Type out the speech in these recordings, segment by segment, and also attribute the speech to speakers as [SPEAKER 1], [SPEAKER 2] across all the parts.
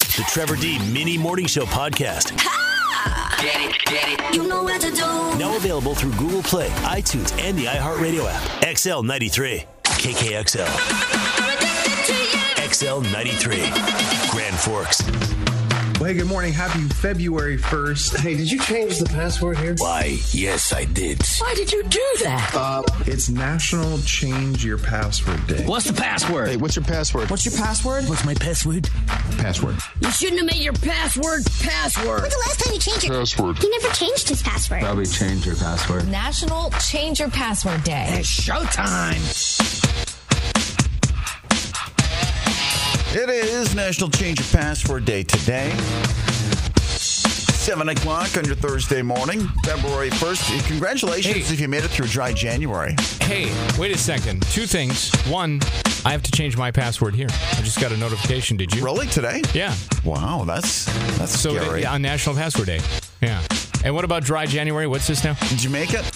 [SPEAKER 1] The Trevor D Mini Morning Show podcast.
[SPEAKER 2] You know what to do.
[SPEAKER 1] Now available through Google Play, iTunes, and the iHeartRadio app. XL93, KKXL, XL93, Grand Forks,
[SPEAKER 3] Well, hey, good morning. Happy February 1st. Hey, did you change the password here?
[SPEAKER 4] Why, yes, I did.
[SPEAKER 2] Why did you do that?
[SPEAKER 3] Uh, it's National Change Your Password Day.
[SPEAKER 4] What's the password?
[SPEAKER 3] What's your password? What's your
[SPEAKER 1] What's my password?
[SPEAKER 3] password?
[SPEAKER 2] You shouldn't have made your password password.
[SPEAKER 5] When's the last time you changed your password? He never changed his password.
[SPEAKER 4] Probably change your password.
[SPEAKER 6] National Change Your Password Day.
[SPEAKER 4] It's showtime.
[SPEAKER 7] It is National Change Your Password Day today. 7 o'clock on your Thursday morning, February 1st. Congratulations
[SPEAKER 8] Hey.
[SPEAKER 7] if you made it through dry January.
[SPEAKER 8] Hey, wait a second. Two things. One, I have to change my password here. I just got a notification. Did you?
[SPEAKER 7] Really, today?
[SPEAKER 8] Yeah.
[SPEAKER 7] Wow, that's that's
[SPEAKER 8] So
[SPEAKER 7] scary.
[SPEAKER 8] yeah, on National Password Day. Yeah. And what about Dry January? What's this now?
[SPEAKER 7] Did you make it?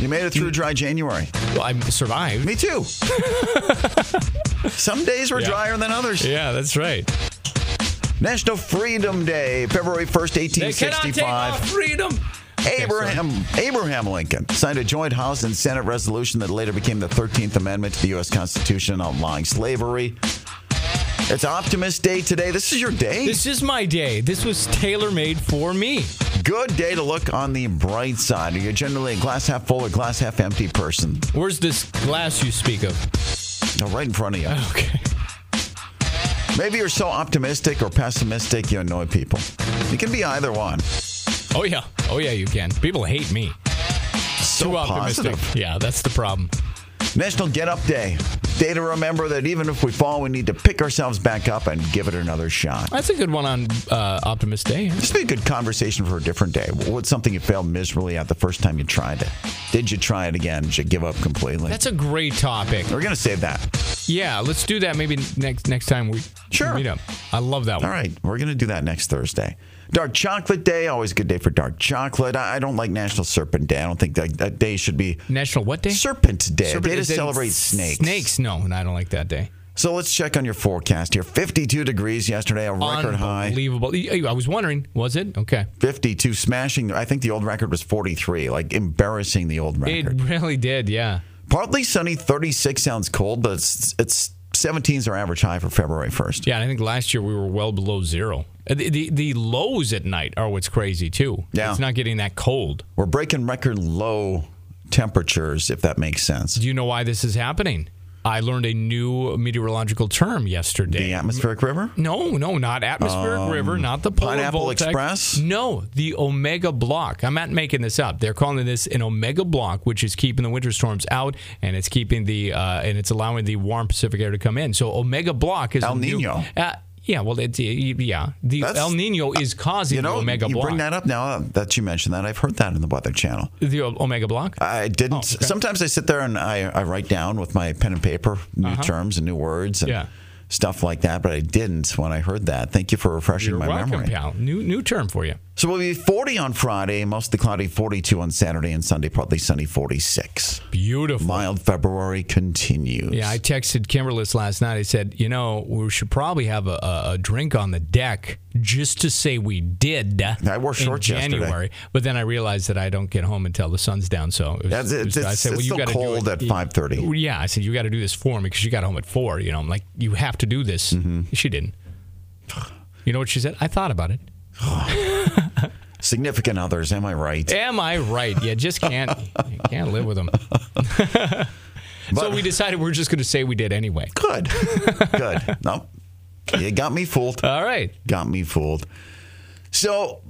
[SPEAKER 7] You made it through dry January.
[SPEAKER 8] Well, I survived.
[SPEAKER 7] Me too. Some days were
[SPEAKER 8] Yeah.
[SPEAKER 7] drier than others.
[SPEAKER 8] Yeah, that's right.
[SPEAKER 7] National Freedom Day, February 1st, 1865.
[SPEAKER 8] freedom.
[SPEAKER 7] Abraham Abraham Lincoln signed a joint House and Senate resolution that later became the 13th Amendment to the U.S. Constitution outlawing slavery. It's Optimist Day today. This is your day.
[SPEAKER 8] This is my day. This was tailor made for me.
[SPEAKER 7] Good day to look on the bright side. Are you generally a glass half full or glass half empty person?
[SPEAKER 8] Where's this glass you speak of?
[SPEAKER 7] No, right in front of you.
[SPEAKER 8] Okay.
[SPEAKER 7] Maybe you're so optimistic or pessimistic you annoy people. You can be either one.
[SPEAKER 8] Oh, yeah. Oh, yeah, you can. People hate me.
[SPEAKER 7] So
[SPEAKER 8] Too optimistic.
[SPEAKER 7] positive.
[SPEAKER 8] Yeah, that's the problem.
[SPEAKER 7] National Get Up Day. Day to remember that even if we fall, we need to pick ourselves back up and give it another shot.
[SPEAKER 8] That's a good one on uh, Optimist Day.
[SPEAKER 7] This would be a good conversation for a different day. What's something you failed miserably at the first time you tried it? Did you try it again? Did you give up completely?
[SPEAKER 8] That's a great topic.
[SPEAKER 7] We're going to save that.
[SPEAKER 8] Yeah, let's do that maybe next next time we
[SPEAKER 7] Sure.
[SPEAKER 8] meet up. I love that
[SPEAKER 7] All
[SPEAKER 8] one.
[SPEAKER 7] right. We're going to do that next Thursday. Dark Chocolate Day. Always a good day for dark chocolate. I, I don't like National Serpent Day. I don't think that, that day should be
[SPEAKER 8] National what day?
[SPEAKER 7] Serpent Day.
[SPEAKER 8] Serpent-
[SPEAKER 7] a day to
[SPEAKER 8] is it
[SPEAKER 7] celebrate snakes.
[SPEAKER 8] Snakes? No, no, I don't like that day.
[SPEAKER 7] So let's check on your forecast here. 52 degrees yesterday, a record high.
[SPEAKER 8] Unbelievable. I I was wondering, was it? Okay.
[SPEAKER 7] 52, smashing. I think the old record was 43, like embarrassing the old record.
[SPEAKER 8] It really did, yeah.
[SPEAKER 7] Partly sunny, 36 sounds cold, but it's, it's 17 is our average high for February 1st.
[SPEAKER 8] Yeah, and I think last year we were well below zero. Uh, The, the, the lows at night are what's crazy, too.
[SPEAKER 7] Yeah.
[SPEAKER 8] It's not getting that cold.
[SPEAKER 7] We're breaking record low temperatures, if that makes sense.
[SPEAKER 8] Do you know why this is happening? I learned a new meteorological term yesterday.
[SPEAKER 7] The atmospheric river? Um,
[SPEAKER 8] No, no, not atmospheric river, not the polar
[SPEAKER 7] Pineapple
[SPEAKER 8] vortex.
[SPEAKER 7] Express?
[SPEAKER 8] No, the omega block. I'm not making this up. They're calling this an omega block, which is keeping the winter storms out, and it's keeping the uh, and it's allowing the warm Pacific air to come in. So omega block is
[SPEAKER 7] El
[SPEAKER 8] a new-
[SPEAKER 7] Niño.
[SPEAKER 8] uh, yeah, well, it's, yeah, the
[SPEAKER 7] That's-
[SPEAKER 8] El Nino is causing
[SPEAKER 7] You know,
[SPEAKER 8] the omega
[SPEAKER 7] you
[SPEAKER 8] block.
[SPEAKER 7] bring that up now uh, that you mentioned that. I've heard that in the Weather Channel.
[SPEAKER 8] the o- omega block.
[SPEAKER 7] I didn't.
[SPEAKER 8] Oh,
[SPEAKER 7] Sometimes I sit there and I, I write down with my pen and paper new terms and new words and
[SPEAKER 8] Uh-huh. Yeah.
[SPEAKER 7] stuff like that, but I didn't when I heard that. Thank you for refreshing
[SPEAKER 8] You're
[SPEAKER 7] my
[SPEAKER 8] welcome,
[SPEAKER 7] memory.
[SPEAKER 8] pal. New new term for you.
[SPEAKER 7] So we'll be 40 on Friday, mostly cloudy, 42 on Saturday and Sunday, partly sunny, 46.
[SPEAKER 8] Beautiful.
[SPEAKER 7] Mild February continues.
[SPEAKER 8] Yeah, I texted Kimberless last night. I said, you know, we should probably have a, a, a drink on the deck just to say we did.
[SPEAKER 7] I wore shorts
[SPEAKER 8] in
[SPEAKER 7] yesterday.
[SPEAKER 8] January, but then I realized that I don't get home until the sun's down. So it was-
[SPEAKER 7] That's
[SPEAKER 8] it
[SPEAKER 7] it.
[SPEAKER 8] was-
[SPEAKER 7] It's,
[SPEAKER 8] I said, well,
[SPEAKER 7] it's
[SPEAKER 8] you
[SPEAKER 7] still
[SPEAKER 8] got to
[SPEAKER 7] cold
[SPEAKER 8] do
[SPEAKER 7] at
[SPEAKER 8] it.
[SPEAKER 7] 5:30.
[SPEAKER 8] Yeah, I said you got to do this for me because you got home at four. You know, I'm like, you have to do this.
[SPEAKER 7] Mm-hmm.
[SPEAKER 8] She didn't. You know what she said? I thought about it.
[SPEAKER 7] Significant others, am I right?
[SPEAKER 8] Am I right? You just can't you can't live with them. so we decided we're just going to say we did anyway.
[SPEAKER 7] Good. Good. No. You got me fooled.
[SPEAKER 8] All right.
[SPEAKER 7] Got me fooled. So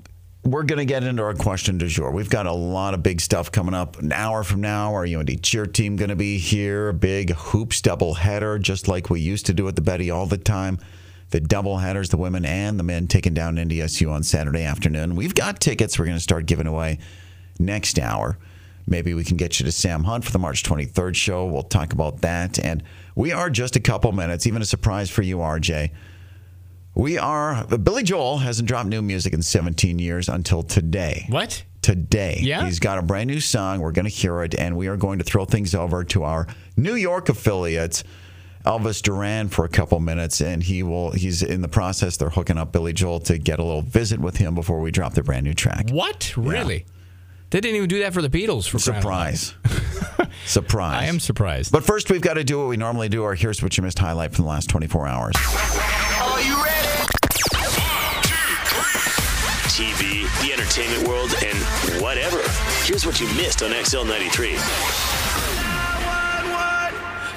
[SPEAKER 7] we're going to get into our question du jour. We've got a lot of big stuff coming up. An hour from now, our UND cheer team going to be here. A big hoops double header, just like we used to do at the Betty all the time. The doubleheaders, the women and the men taking down NDSU on Saturday afternoon. We've got tickets we're going to start giving away next hour. Maybe we can get you to Sam Hunt for the March 23rd show. We'll talk about that. And we are just a couple minutes, even a surprise for you, RJ. We are. Billy Joel hasn't dropped new music in 17 years until today.
[SPEAKER 8] What?
[SPEAKER 7] Today.
[SPEAKER 8] Yeah?
[SPEAKER 7] He's got a brand new song. We're going to hear it, and we are going to throw things over to our New York affiliate, Elvis Duran, for a couple minutes, and he will. He's in the process. They're hooking up Billy Joel to get a little visit with him before we drop the brand new track.
[SPEAKER 8] What? Really? They didn't even do that for the Beatles. For crying out loud.
[SPEAKER 7] Surprise. Surprise. I am
[SPEAKER 8] surprised.
[SPEAKER 7] But first, we've got to do what we normally do. Our here's what you missed highlight from the last 24 hours.
[SPEAKER 1] Are you ready? TV, the entertainment world, and whatever. Here's what you missed on XL 93.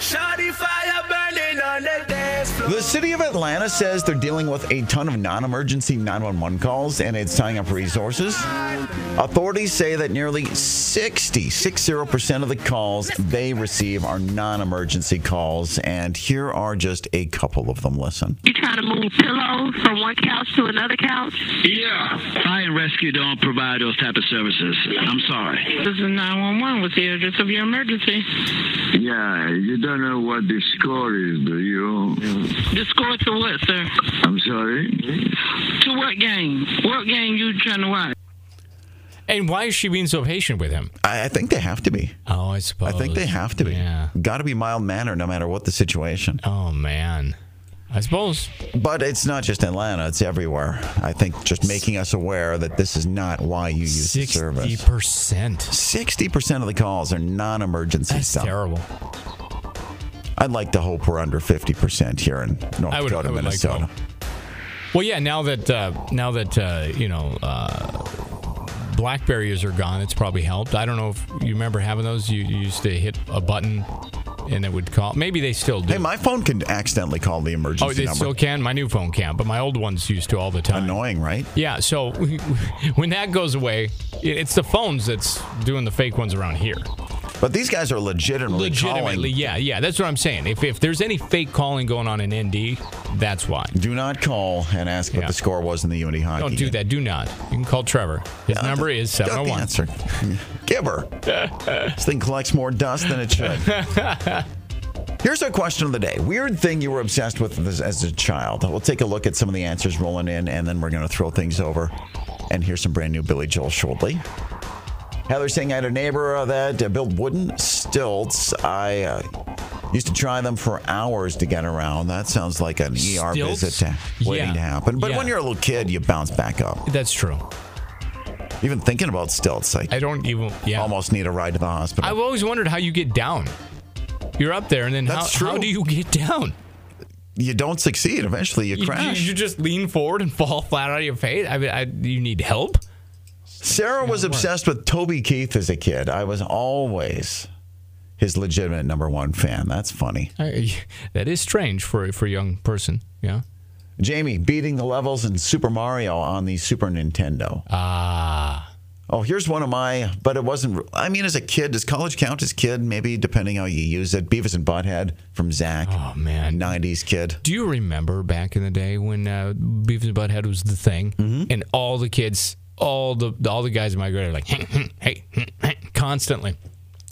[SPEAKER 4] Shawty fire burning on the dance floor.
[SPEAKER 7] The city of Atlanta says they're dealing with a ton of non emergency 911 calls and it's tying up resources. Authorities say that nearly 60, 60% of the calls they receive are non emergency calls, and here are just a couple of them. Listen.
[SPEAKER 9] You trying to move pillows from one couch to another couch?
[SPEAKER 4] Yeah. Fire and rescue don't provide those type of services. I'm sorry.
[SPEAKER 9] This is 911 with the address of your emergency.
[SPEAKER 10] Yeah, you don't know what the score is, do you?
[SPEAKER 9] The score to what, sir?
[SPEAKER 10] I'm sorry?
[SPEAKER 9] To what game? What game you trying to watch?
[SPEAKER 8] And why is she being so patient with him?
[SPEAKER 7] I, I think they have to be.
[SPEAKER 8] Oh, I suppose.
[SPEAKER 7] I think they have to be. Got to be mild mannered no matter what the situation.
[SPEAKER 8] Oh, man. I suppose.
[SPEAKER 7] But it's not just Atlanta, it's everywhere. I think just making us aware that this is not why you use the service.
[SPEAKER 8] 60%.
[SPEAKER 7] 60% of the calls are non emergency stuff.
[SPEAKER 8] terrible.
[SPEAKER 7] I'd like to hope we're under 50% here in North
[SPEAKER 8] I would-
[SPEAKER 7] Dakota,
[SPEAKER 8] I would like to
[SPEAKER 7] Minnesota.
[SPEAKER 8] Well, yeah. Now that uh, now that uh, you know uh, blackberries are gone, it's probably helped. I don't know if you remember having those. You, you used to hit a button and it would call. Maybe they still do.
[SPEAKER 7] hey, my phone can accidentally call the emergency
[SPEAKER 8] Oh, they
[SPEAKER 7] number.
[SPEAKER 8] still can. My new phone can, but my old ones used to all the time.
[SPEAKER 7] Annoying, right?
[SPEAKER 8] Yeah. So when that goes away, it- it's the phones that's doing the fake ones around here.
[SPEAKER 7] But these guys are legitimately,
[SPEAKER 8] Legitimately,
[SPEAKER 7] calling.
[SPEAKER 8] yeah, yeah. That's what I'm saying. If if there's any fake calling going on in ND, that's why.
[SPEAKER 7] Do not call and ask what the score was in the E Unity hockey.
[SPEAKER 8] Don't do
[SPEAKER 7] game.
[SPEAKER 8] that. Do not. You can call Trevor. His number is
[SPEAKER 7] Got the
[SPEAKER 8] 701.
[SPEAKER 7] answer. Give her. this thing collects more dust than it should. Here's our question of the day. Weird thing you were obsessed with as, as a child. We'll take a look at some of the answers rolling in, and then we're going to throw things over and hear some brand new Billy Joel shortly. Heather saying I had a neighbor uh, that uh, built wooden stilts. I uh, used to try them for hours to get around. That sounds like an ER
[SPEAKER 8] Stilts?
[SPEAKER 7] visit to, waiting
[SPEAKER 8] Yeah.
[SPEAKER 7] to happen. But when
[SPEAKER 8] Yeah.
[SPEAKER 7] you're a little kid, you bounce back up.
[SPEAKER 8] That's true.
[SPEAKER 7] Even thinking about stilts, I,
[SPEAKER 8] I don't even. Yeah.
[SPEAKER 7] almost need a ride to the hospital.
[SPEAKER 8] I've always wondered how you get down. You're up there, and then how,
[SPEAKER 7] That's
[SPEAKER 8] how
[SPEAKER 7] true.
[SPEAKER 8] do you get down?
[SPEAKER 7] you don't succeed. Eventually, you,
[SPEAKER 8] You,
[SPEAKER 7] crash.
[SPEAKER 8] you just lean forward and fall flat out of your face. I mean, I, you need help.
[SPEAKER 7] Sarah was obsessed with Toby Keith as a kid. I was always his legitimate number one fan. That's funny.
[SPEAKER 8] I, that is strange for for a young person. Yeah.
[SPEAKER 7] Jamie beating the levels in Super Mario on the Super Nintendo.
[SPEAKER 8] Ah.
[SPEAKER 7] Oh, here's one of my, but it wasn't. I mean, as a kid, does college count as kid? Maybe depending how you use it. Beavis and Butthead from Zach.
[SPEAKER 8] Oh man.
[SPEAKER 7] 90s kid.
[SPEAKER 8] Do you remember back in the day when uh, Beavis and Butthead was the thing,
[SPEAKER 7] Mm-hmm.
[SPEAKER 8] and all the kids, all the all the guys in my grade, are like, hey, constantly.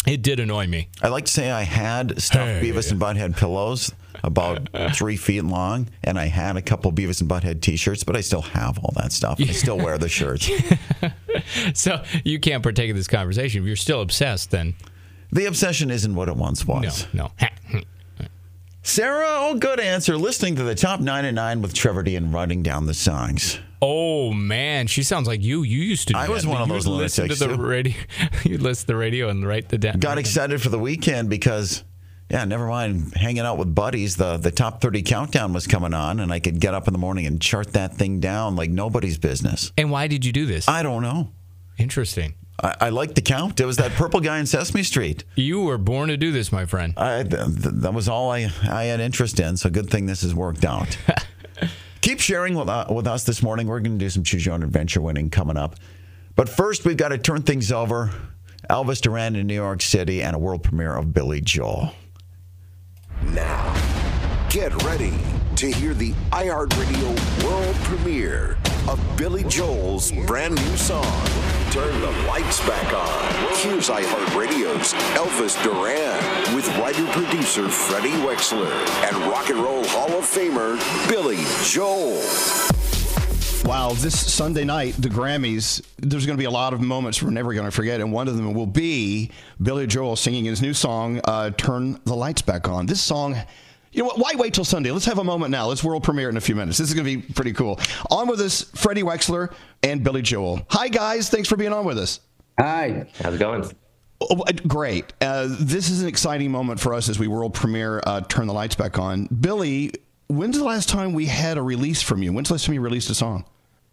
[SPEAKER 8] It did annoy me.
[SPEAKER 7] I like to say I had stuffed
[SPEAKER 8] Hey.
[SPEAKER 7] Beavis and Butthead pillows about three feet long, and I had a couple Beavis and Butthead t shirts, but I still have all that stuff. I still wear the shirts.
[SPEAKER 8] So you can't partake of this conversation. If you're still obsessed, then
[SPEAKER 7] The obsession isn't what it once
[SPEAKER 8] no,
[SPEAKER 7] was.
[SPEAKER 8] no.
[SPEAKER 7] Sarah, oh, good answer. Listening to the top nine and nine with Trevor D and writing down the songs.
[SPEAKER 8] Oh man, she sounds like you. You used to. Do
[SPEAKER 7] I was
[SPEAKER 8] that.
[SPEAKER 7] one of
[SPEAKER 8] You
[SPEAKER 7] those
[SPEAKER 8] would listen to the
[SPEAKER 7] lunatics, too.
[SPEAKER 8] radio. you listen to the radio and write the down.
[SPEAKER 7] Got excited for the weekend because, yeah, never mind hanging out with buddies. The, the top 30 countdown was coming on, and I could get up in the morning and chart that thing down like nobody's business.
[SPEAKER 8] And why did you do this?
[SPEAKER 7] I don't know.
[SPEAKER 8] Interesting.
[SPEAKER 7] I, I like the count. It was that purple guy in Sesame Street.
[SPEAKER 8] You were born to do this, my friend.
[SPEAKER 7] I, th- th- that was all I, I had interest in. So good thing this has worked out. Keep sharing with, uh, with us this morning. We're going to do some Choose Your Own Adventure winning coming up. But first, we've got to turn things over. Elvis Duran in New York City and a world premiere of Billy Joel.
[SPEAKER 11] Now, get ready to hear the iHeartRadio world premiere of Billy Joel's brand new song. Turn the lights back on. Here's iHeartRadio's Elvis Duran with writer-producer Freddie Wexler and Rock and Roll Hall of Famer Billy Joel.
[SPEAKER 12] Wow, this Sunday night, the Grammys, there's going to be a lot of moments we're never going to forget. And one of them will be Billy Joel singing his new song, uh, Turn the Lights Back On. This song, you know what? Why wait till Sunday? Let's have a moment now. Let's world premiere it in a few minutes. This is going to be pretty cool. On with us, Freddie Wexler and Billy Joel. Hi, guys. Thanks for being on with us.
[SPEAKER 13] Hi. How's it going?
[SPEAKER 12] Oh, uh, Great. Uh, this is an exciting moment for us as we world premiere uh, Turn the Lights Back On. Billy, when's the last time we had a release from you? When's the last time you released a song?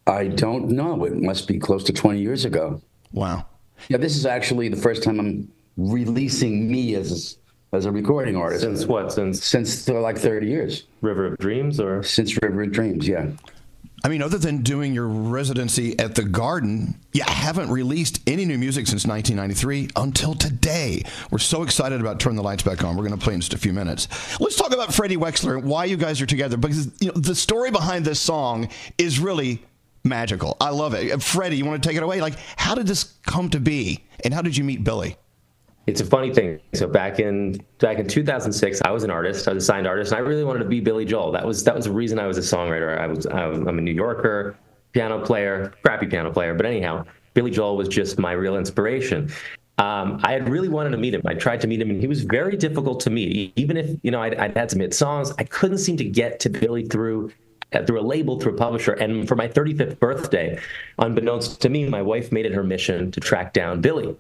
[SPEAKER 13] I don't know. It must be close to 20 years ago.
[SPEAKER 12] Wow.
[SPEAKER 13] Yeah, this is actually the first time I'm releasing me as as a recording artist.
[SPEAKER 14] Since what? Since
[SPEAKER 13] since uh, like 30 years.
[SPEAKER 14] River of Dreams, or
[SPEAKER 13] since River of Dreams, yeah.
[SPEAKER 12] I mean, other than doing your residency at the Garden, you haven't released any new music since 1993 until today. We're so excited about Turn the Lights Back On. We're going to play in just a few minutes. Let's talk about Freddie Wexler and why you guys are together because you know, the story behind this song is really magical. I love it. Freddie, you want to take it away? Like, how did this come to be and how did you meet Billy?
[SPEAKER 14] It's a funny thing. So back in back in 2006, I was an artist. I was a signed artist, and I really wanted to be Billy Joel. That was that was the reason I was a songwriter. I was I'm I'm a New Yorker, piano player, crappy piano player, but anyhow, Billy Joel was just my real inspiration. Um, I had really wanted to meet him. I tried to meet him, and he was very difficult to meet. Even if you know I'd, I'd had some hit songs, I couldn't seem to get to Billy through uh, through a label, through a publisher. And for my 35th birthday, unbeknownst to me, my wife made it her mission to track down Billy.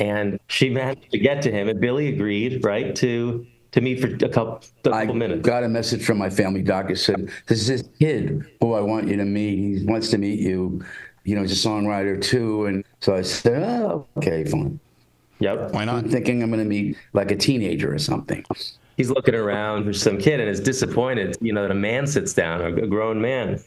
[SPEAKER 14] And she managed to get to him, and Billy agreed, right, to to me for a couple, a couple minutes.
[SPEAKER 13] Got a message from my family doctor said, "This is this kid who I want you to meet. He wants to meet you. You know, he's a songwriter too." And so I said, "Oh, okay, fine."
[SPEAKER 14] Yep.
[SPEAKER 13] Why not? I'm thinking I'm going to meet like a teenager or something
[SPEAKER 14] he's looking around for some kid and is disappointed, you know, that a man sits down, a grown man.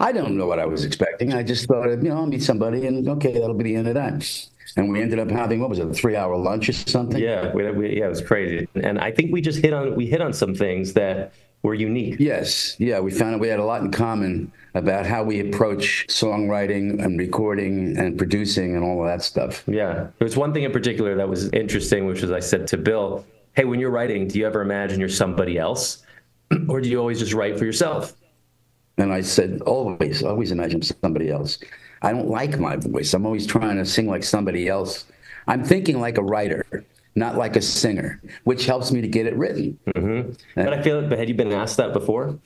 [SPEAKER 13] I don't know what I was expecting. I just thought, you know, I'll meet somebody and okay, that'll be the end of that. And we ended up having what was it, a three-hour lunch or something?
[SPEAKER 14] Yeah, we, we, yeah, it was crazy. And I think we just hit on we hit on some things that were unique.
[SPEAKER 13] Yes, yeah, we found out we had a lot in common about how we approach songwriting and recording and producing and all of that stuff.
[SPEAKER 14] Yeah, Uh, there was one thing in particular that was interesting, which was I said to Bill, hey, when you're writing, do you ever imagine you're somebody else? or do you always just write for yourself?
[SPEAKER 13] And I said, always, always imagine somebody else. I don't like my voice. I'm always trying to sing like somebody else. I'm thinking like a writer, not like a singer, which helps me to get it written.
[SPEAKER 14] Mm-hmm.
[SPEAKER 13] Eh.
[SPEAKER 14] But I feel like, but had you been asked that before?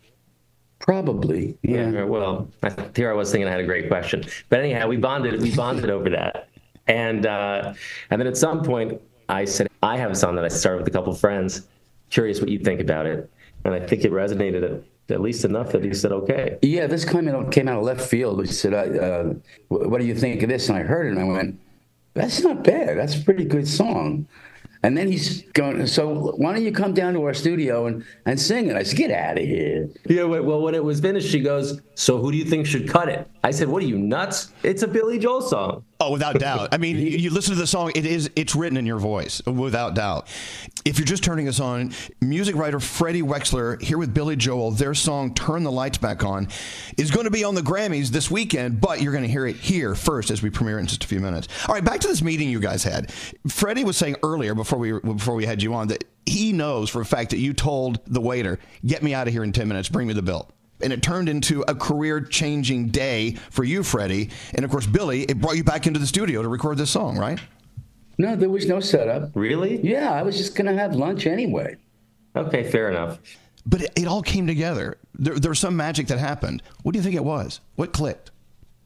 [SPEAKER 13] Probably, yeah.
[SPEAKER 14] yeah well, I, here I was thinking I had a great question, but anyhow, we bonded. We bonded over that, and uh, and then at some point, I said, I have a song that I started with a couple friends. Curious what you think about it. And I think it resonated at, at least enough that he said, okay.
[SPEAKER 13] Yeah, this comment came out of left field. He said, uh, what do you think of this? And I heard it and I went, that's not bad. That's a pretty good song. And then he's going, so why don't you come down to our studio and, and sing it? I said, get out of here.
[SPEAKER 14] Yeah, well, when it was finished, she goes, so who do you think should cut it? I said, what are you, nuts? It's a Billy Joel song.
[SPEAKER 12] Oh, without doubt. I mean, you, you listen to the song, it is, it's written in your voice, without doubt. If you're just turning us on, music writer Freddie Wexler here with Billy Joel, their song Turn the Lights Back On is going to be on the Grammys this weekend, but you're going to hear it here first as we premiere it in just a few minutes. All right, back to this meeting you guys had. Freddie was saying earlier before we before we had you on that he knows for a fact that you told the waiter, "Get me out of here in 10 minutes, bring me the bill." And it turned into a career changing day for you, Freddie. And of course, Billy, it brought you back into the studio to record this song, right?
[SPEAKER 13] No, there was no setup.
[SPEAKER 14] Really?
[SPEAKER 13] Yeah, I was just going to have lunch anyway.
[SPEAKER 14] Okay, fair enough.
[SPEAKER 12] But it, it all came together. There, there was some magic that happened. What do you think it was? What clicked?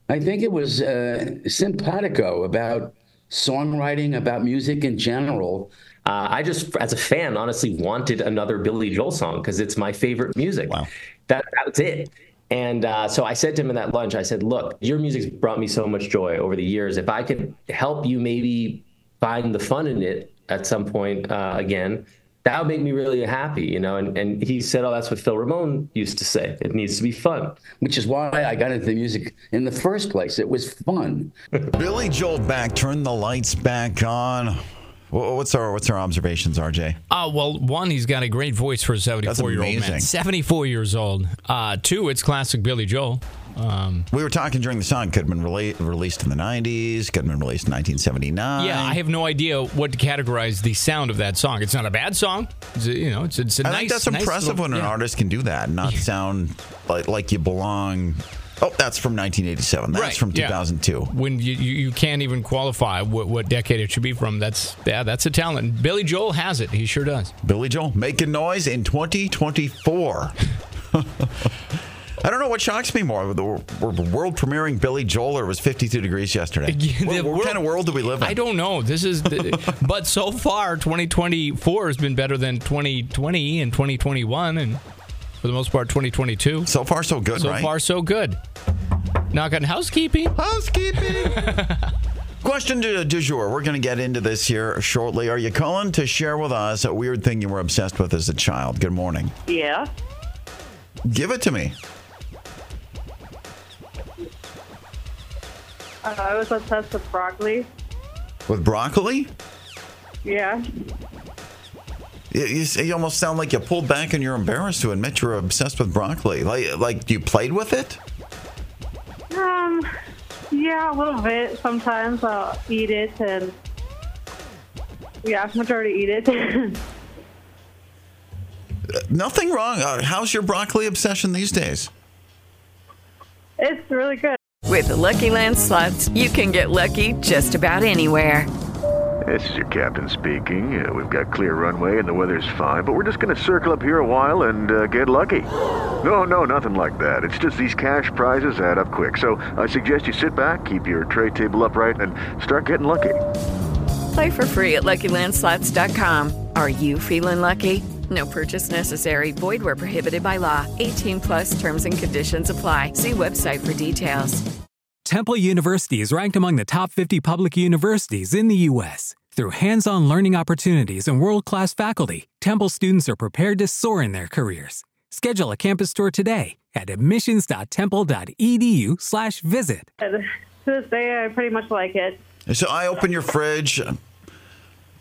[SPEAKER 13] I think it was uh, simpatico about songwriting, about music in general.
[SPEAKER 14] Uh, I just, as a fan, honestly wanted another Billy Joel song because it's my favorite music. Wow. That, that's it. And uh, so I said to him in that lunch, I said, Look, your music's brought me so much joy over the years. If I could help you maybe find the fun in it at some point uh, again, that would make me really happy, you know. And, and he said, Oh, that's what Phil Ramone used to say. It needs to be fun.
[SPEAKER 13] Which is why I got into the music in the first place. It was fun.
[SPEAKER 7] Billy Joel back, turn the lights back on. Wha- What's our what's our observations, RJ?
[SPEAKER 8] Uh, well, one, he's got a great voice for a 74 year old
[SPEAKER 7] amazing.
[SPEAKER 8] man. 74 years old. Uh, two, it's classic Billy Joel. Um,
[SPEAKER 7] we were talking during the song. Could have been rela- released in the '90s. Could have been released in 1979.
[SPEAKER 8] Yeah, I have no idea what to categorize the sound of that song. It's not a bad song. It's a, you know, it's, it's a
[SPEAKER 7] I
[SPEAKER 8] nice.
[SPEAKER 7] think that's
[SPEAKER 8] nice
[SPEAKER 7] impressive
[SPEAKER 8] little-
[SPEAKER 7] when an
[SPEAKER 8] yeah.
[SPEAKER 7] artist can do that and not sound like, like you belong. Oh, that's from 1987. That's
[SPEAKER 8] Right,
[SPEAKER 7] from
[SPEAKER 8] yeah.
[SPEAKER 7] 2002.
[SPEAKER 8] When you, you, you can't even qualify what, what decade it should be from. That's yeah, that's a talent. Billy Joel has it. He sure does.
[SPEAKER 7] Billy Joel making noise in 2024. I don't know what shocks me more: the wor- world premiering Billy Joel or it was 52 degrees yesterday. what, what kind of world do we live in?
[SPEAKER 8] I don't know. This is, the, but so far, 2024 has been better than 2020 and 2021, and for the most part, 2022.
[SPEAKER 7] So far, so good.
[SPEAKER 8] So
[SPEAKER 7] right?
[SPEAKER 8] far, so good. Knock on housekeeping.
[SPEAKER 7] Housekeeping. Question du, du jour. We're going to get into this here shortly. Are you calling to share with us a weird thing you were obsessed with as a child? Good morning.
[SPEAKER 9] Yeah.
[SPEAKER 7] Give it to me.
[SPEAKER 9] Uh, I was obsessed with broccoli.
[SPEAKER 7] With broccoli?
[SPEAKER 9] Yeah.
[SPEAKER 7] You, you, s- you almost sound like you pulled back and you're embarrassed to admit you're obsessed with broccoli. Like, like you played with it?
[SPEAKER 9] Um. Yeah, a little bit. Sometimes I'll eat it, and yeah, majority eat it.
[SPEAKER 7] Uh, Nothing wrong. Uh, how's your broccoli obsession these days?
[SPEAKER 9] it's really good.
[SPEAKER 15] With the Lucky Land slots, you can get lucky just about anywhere.
[SPEAKER 16] This is your captain speaking. Uh, we've got clear runway and the weather's fine, but we're just going to circle up here a while and uh, get lucky. No, no, nothing like that. It's just these cash prizes add up quick. So I suggest you sit back, keep your tray table upright, and start getting lucky.
[SPEAKER 15] Play for free at LuckyLandSlots.com. Are you feeling lucky? No purchase necessary. Void where prohibited by law. 18 plus terms and conditions apply. See website for details.
[SPEAKER 17] Temple University is ranked among the top 50 public universities in the U.S. Through hands on learning opportunities and world class faculty, Temple students are prepared to soar in their careers. Schedule a campus tour today at E admissions.temple.edu/slash visit.
[SPEAKER 9] To this day, I pretty much like it.
[SPEAKER 7] So I open your fridge,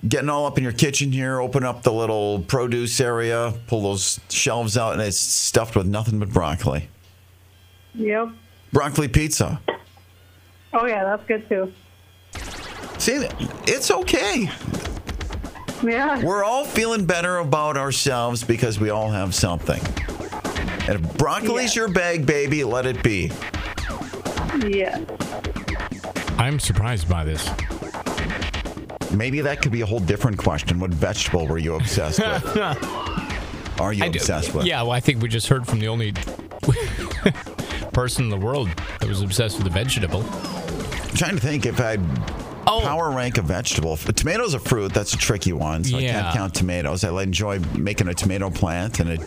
[SPEAKER 7] getting all up in your kitchen here, open up the little produce area, pull those shelves out, and it's stuffed with nothing but broccoli.
[SPEAKER 9] Yep.
[SPEAKER 7] Broccoli pizza.
[SPEAKER 9] Oh yeah, that's good too.
[SPEAKER 7] See, it's okay.
[SPEAKER 9] Yeah.
[SPEAKER 7] We're all feeling better about ourselves because we all have something. And if broccoli's your bag, baby, let it be.
[SPEAKER 9] Yeah.
[SPEAKER 8] I'm surprised by this.
[SPEAKER 7] Maybe that could be a whole different question. What vegetable were you obsessed with? Are you
[SPEAKER 8] I do-
[SPEAKER 7] obsessed with?
[SPEAKER 8] Yeah, well, I think we just heard from the only person in the world that was obsessed with a vegetable. Oh.
[SPEAKER 7] I'm trying to think if I'd power rank a vegetable. If- Tomatoes a fruit. That's a tricky one. So I
[SPEAKER 8] Yeah.
[SPEAKER 7] can't count tomatoes. I enjoy making a tomato plant and it,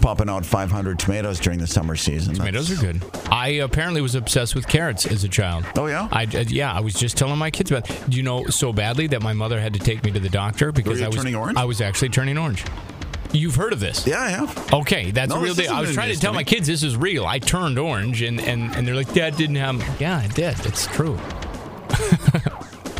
[SPEAKER 7] popping out 500 tomatoes during the summer season.
[SPEAKER 8] Tomatoes are good. I apparently was obsessed with carrots as a child.
[SPEAKER 7] Oh yeah.
[SPEAKER 8] I uh, yeah. I was just telling my kids about. You know, so badly that my mother had to take me to the doctor because
[SPEAKER 7] you
[SPEAKER 8] I was
[SPEAKER 7] turning orange?
[SPEAKER 8] I was actually turning orange. You've heard of this?
[SPEAKER 7] Yeah, I have.
[SPEAKER 8] Okay, that's
[SPEAKER 7] No,
[SPEAKER 8] a real
[SPEAKER 7] this
[SPEAKER 8] deal.
[SPEAKER 7] isn't
[SPEAKER 8] I was
[SPEAKER 7] new
[SPEAKER 8] trying
[SPEAKER 7] news
[SPEAKER 8] to
[SPEAKER 7] to
[SPEAKER 8] tell
[SPEAKER 7] me.
[SPEAKER 8] my kids this is real. I turned orange, and and and they're like, Dad didn't have. Yeah, I did. It's true.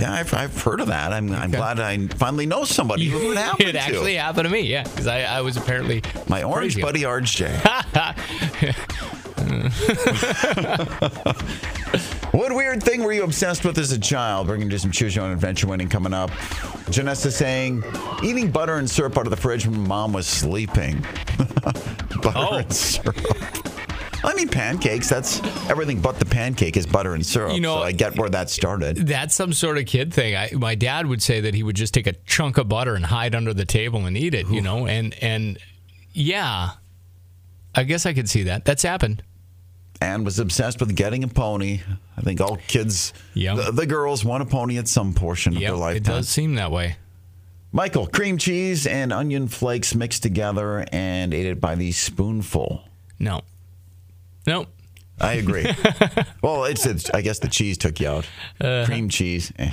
[SPEAKER 7] Yeah, I've, I've heard of that. I'm, I'm glad I finally know somebody who it happened
[SPEAKER 8] it
[SPEAKER 7] to.
[SPEAKER 8] actually happened to me. Yeah, because I, I was apparently
[SPEAKER 7] My orange
[SPEAKER 8] crazy.
[SPEAKER 7] buddy RJ. What weird thing were you obsessed with as a child? We're going to do some choose your own adventure winning coming up. Janessa saying, eating butter and syrup out of the fridge when mom was sleeping. butter
[SPEAKER 8] Oh.
[SPEAKER 7] and syrup. I mean, pancakes, that's everything but the pancake is butter and syrup.
[SPEAKER 8] You know-
[SPEAKER 7] so I get where that started.
[SPEAKER 8] That's some sort of kid thing. I, my dad would say that he would just take a chunk of butter and hide under the table and eat it, you know, and and yeah, I guess I could see that. That's happened.
[SPEAKER 7] And was obsessed with getting a pony. I think all kids, the, the girls, want a pony at some portion of their lifetime.
[SPEAKER 8] It does seem that way.
[SPEAKER 7] Michael, cream cheese and onion flakes mixed together and ate it by the spoonful.
[SPEAKER 8] No. No.
[SPEAKER 7] I agree. well, it's, it's I guess the cheese took you out.
[SPEAKER 8] Uh.
[SPEAKER 7] cream cheese. eh.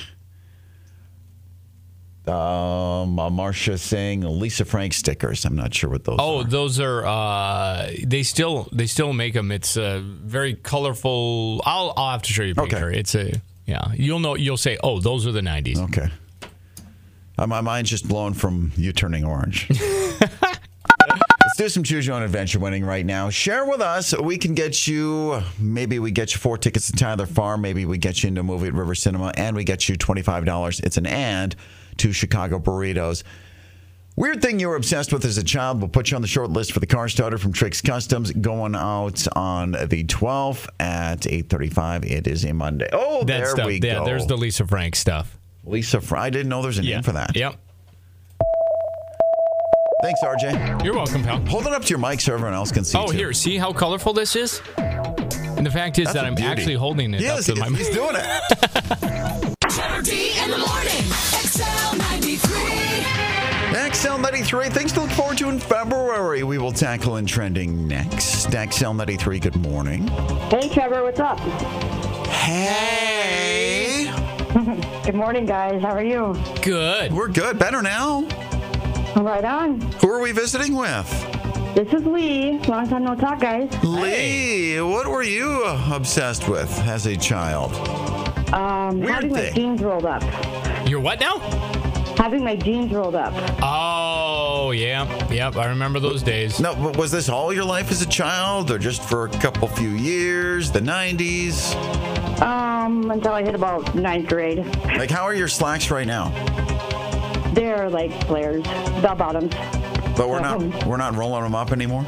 [SPEAKER 7] Um, uh, Marcia saying Lisa Frank stickers. I'm not sure what those.
[SPEAKER 8] Oh, those are uh, they still they still make them. It's a very colorful. I'll I'll have to show you a picture. It's a yeah. You'll know. You'll say, oh, those are the '90s.
[SPEAKER 7] Okay. Uh, my mind's just blown from you turning orange. Let's do some choose your own adventure winning right now. Share with us. We can get you, maybe we get you four tickets to Tyler Farm. Maybe we get you into a movie at River Cinema and we get you $25. It's an and to Chicago Burritos. Weird thing you were obsessed with as a child. We'll put you on the short list for the car starter from Tricks Customs going out on the 12th at 8.35. It is a Monday. Oh,
[SPEAKER 8] That
[SPEAKER 7] there
[SPEAKER 8] stuff.
[SPEAKER 7] we
[SPEAKER 8] yeah,
[SPEAKER 7] go.
[SPEAKER 8] there's the Lisa Frank stuff.
[SPEAKER 7] Lisa Frank. I didn't know there's a name for that.
[SPEAKER 8] Yep.
[SPEAKER 7] Thanks, RJ.
[SPEAKER 8] You're welcome, pal.
[SPEAKER 7] Hold it up to your mic so everyone else can see.
[SPEAKER 8] oh,
[SPEAKER 7] too.
[SPEAKER 8] here, see how colorful this is? And the fact is
[SPEAKER 7] That's
[SPEAKER 8] that
[SPEAKER 7] a
[SPEAKER 8] I'm
[SPEAKER 7] beauty.
[SPEAKER 8] actually holding it
[SPEAKER 7] Yes,
[SPEAKER 8] up to my
[SPEAKER 7] he's- he's doing it.
[SPEAKER 2] Trevor D in the morning. XL 93.
[SPEAKER 7] XL93, things to look forward to in February. We will tackle in trending next. XL93, good morning.
[SPEAKER 18] Hey, Trevor, what's up?
[SPEAKER 7] Hey.
[SPEAKER 18] good morning, guys. How are you?
[SPEAKER 8] Good.
[SPEAKER 7] We're good. Better now.
[SPEAKER 18] Right on.
[SPEAKER 7] Who are we visiting with?
[SPEAKER 18] This is Lee. Long time no talk, guys.
[SPEAKER 7] Lee, what were you obsessed with as a child?
[SPEAKER 18] Um,
[SPEAKER 7] Weird
[SPEAKER 18] having my
[SPEAKER 7] thing.
[SPEAKER 18] jeans rolled up.
[SPEAKER 8] You're what now?
[SPEAKER 18] Having my jeans rolled up.
[SPEAKER 8] Oh, yeah. Yep, I remember those days.
[SPEAKER 7] No, but was this all your life as a child or just for a couple few years, the 90s?
[SPEAKER 18] Um, until I hit about ninth grade.
[SPEAKER 7] Like, how are your slacks right now?
[SPEAKER 18] They're like flares, bell bottoms.
[SPEAKER 7] But we're not we're not rolling them up anymore.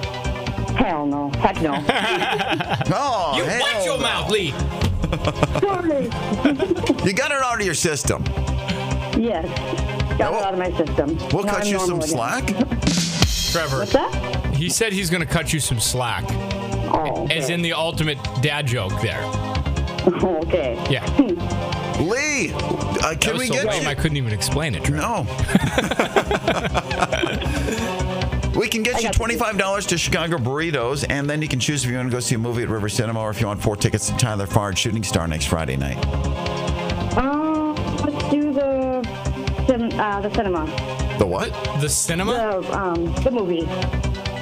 [SPEAKER 18] Hell no. Heck no.
[SPEAKER 7] Oh,
[SPEAKER 18] You watch your
[SPEAKER 8] mouth, Lee.
[SPEAKER 18] Sorry.
[SPEAKER 7] you got it out of your system.
[SPEAKER 18] Yes. Got it out of my system.
[SPEAKER 7] We'll
[SPEAKER 18] Now
[SPEAKER 7] cut
[SPEAKER 18] I'm
[SPEAKER 7] you some
[SPEAKER 18] normal
[SPEAKER 7] slack.
[SPEAKER 18] again.
[SPEAKER 8] Trevor. What's
[SPEAKER 18] that? Oh,
[SPEAKER 8] He said he's going to cut you some slack. As in the ultimate dad joke there.
[SPEAKER 18] okay.
[SPEAKER 8] Yeah.
[SPEAKER 7] Lee, uh,
[SPEAKER 8] That
[SPEAKER 7] can
[SPEAKER 8] was
[SPEAKER 7] we
[SPEAKER 8] so
[SPEAKER 7] get
[SPEAKER 8] lame,
[SPEAKER 7] you?
[SPEAKER 8] I couldn't even explain it. Trevor.
[SPEAKER 7] No. We can get you $25 to Chicago Burritos, and then you can choose if you want to go see a movie at River Cinema or if you want four tickets to Tyler Farr Shooting Star next Friday night.
[SPEAKER 18] Um, let's do the cin- uh, the cinema.
[SPEAKER 7] The what?
[SPEAKER 8] The cinema?
[SPEAKER 18] The um the movie.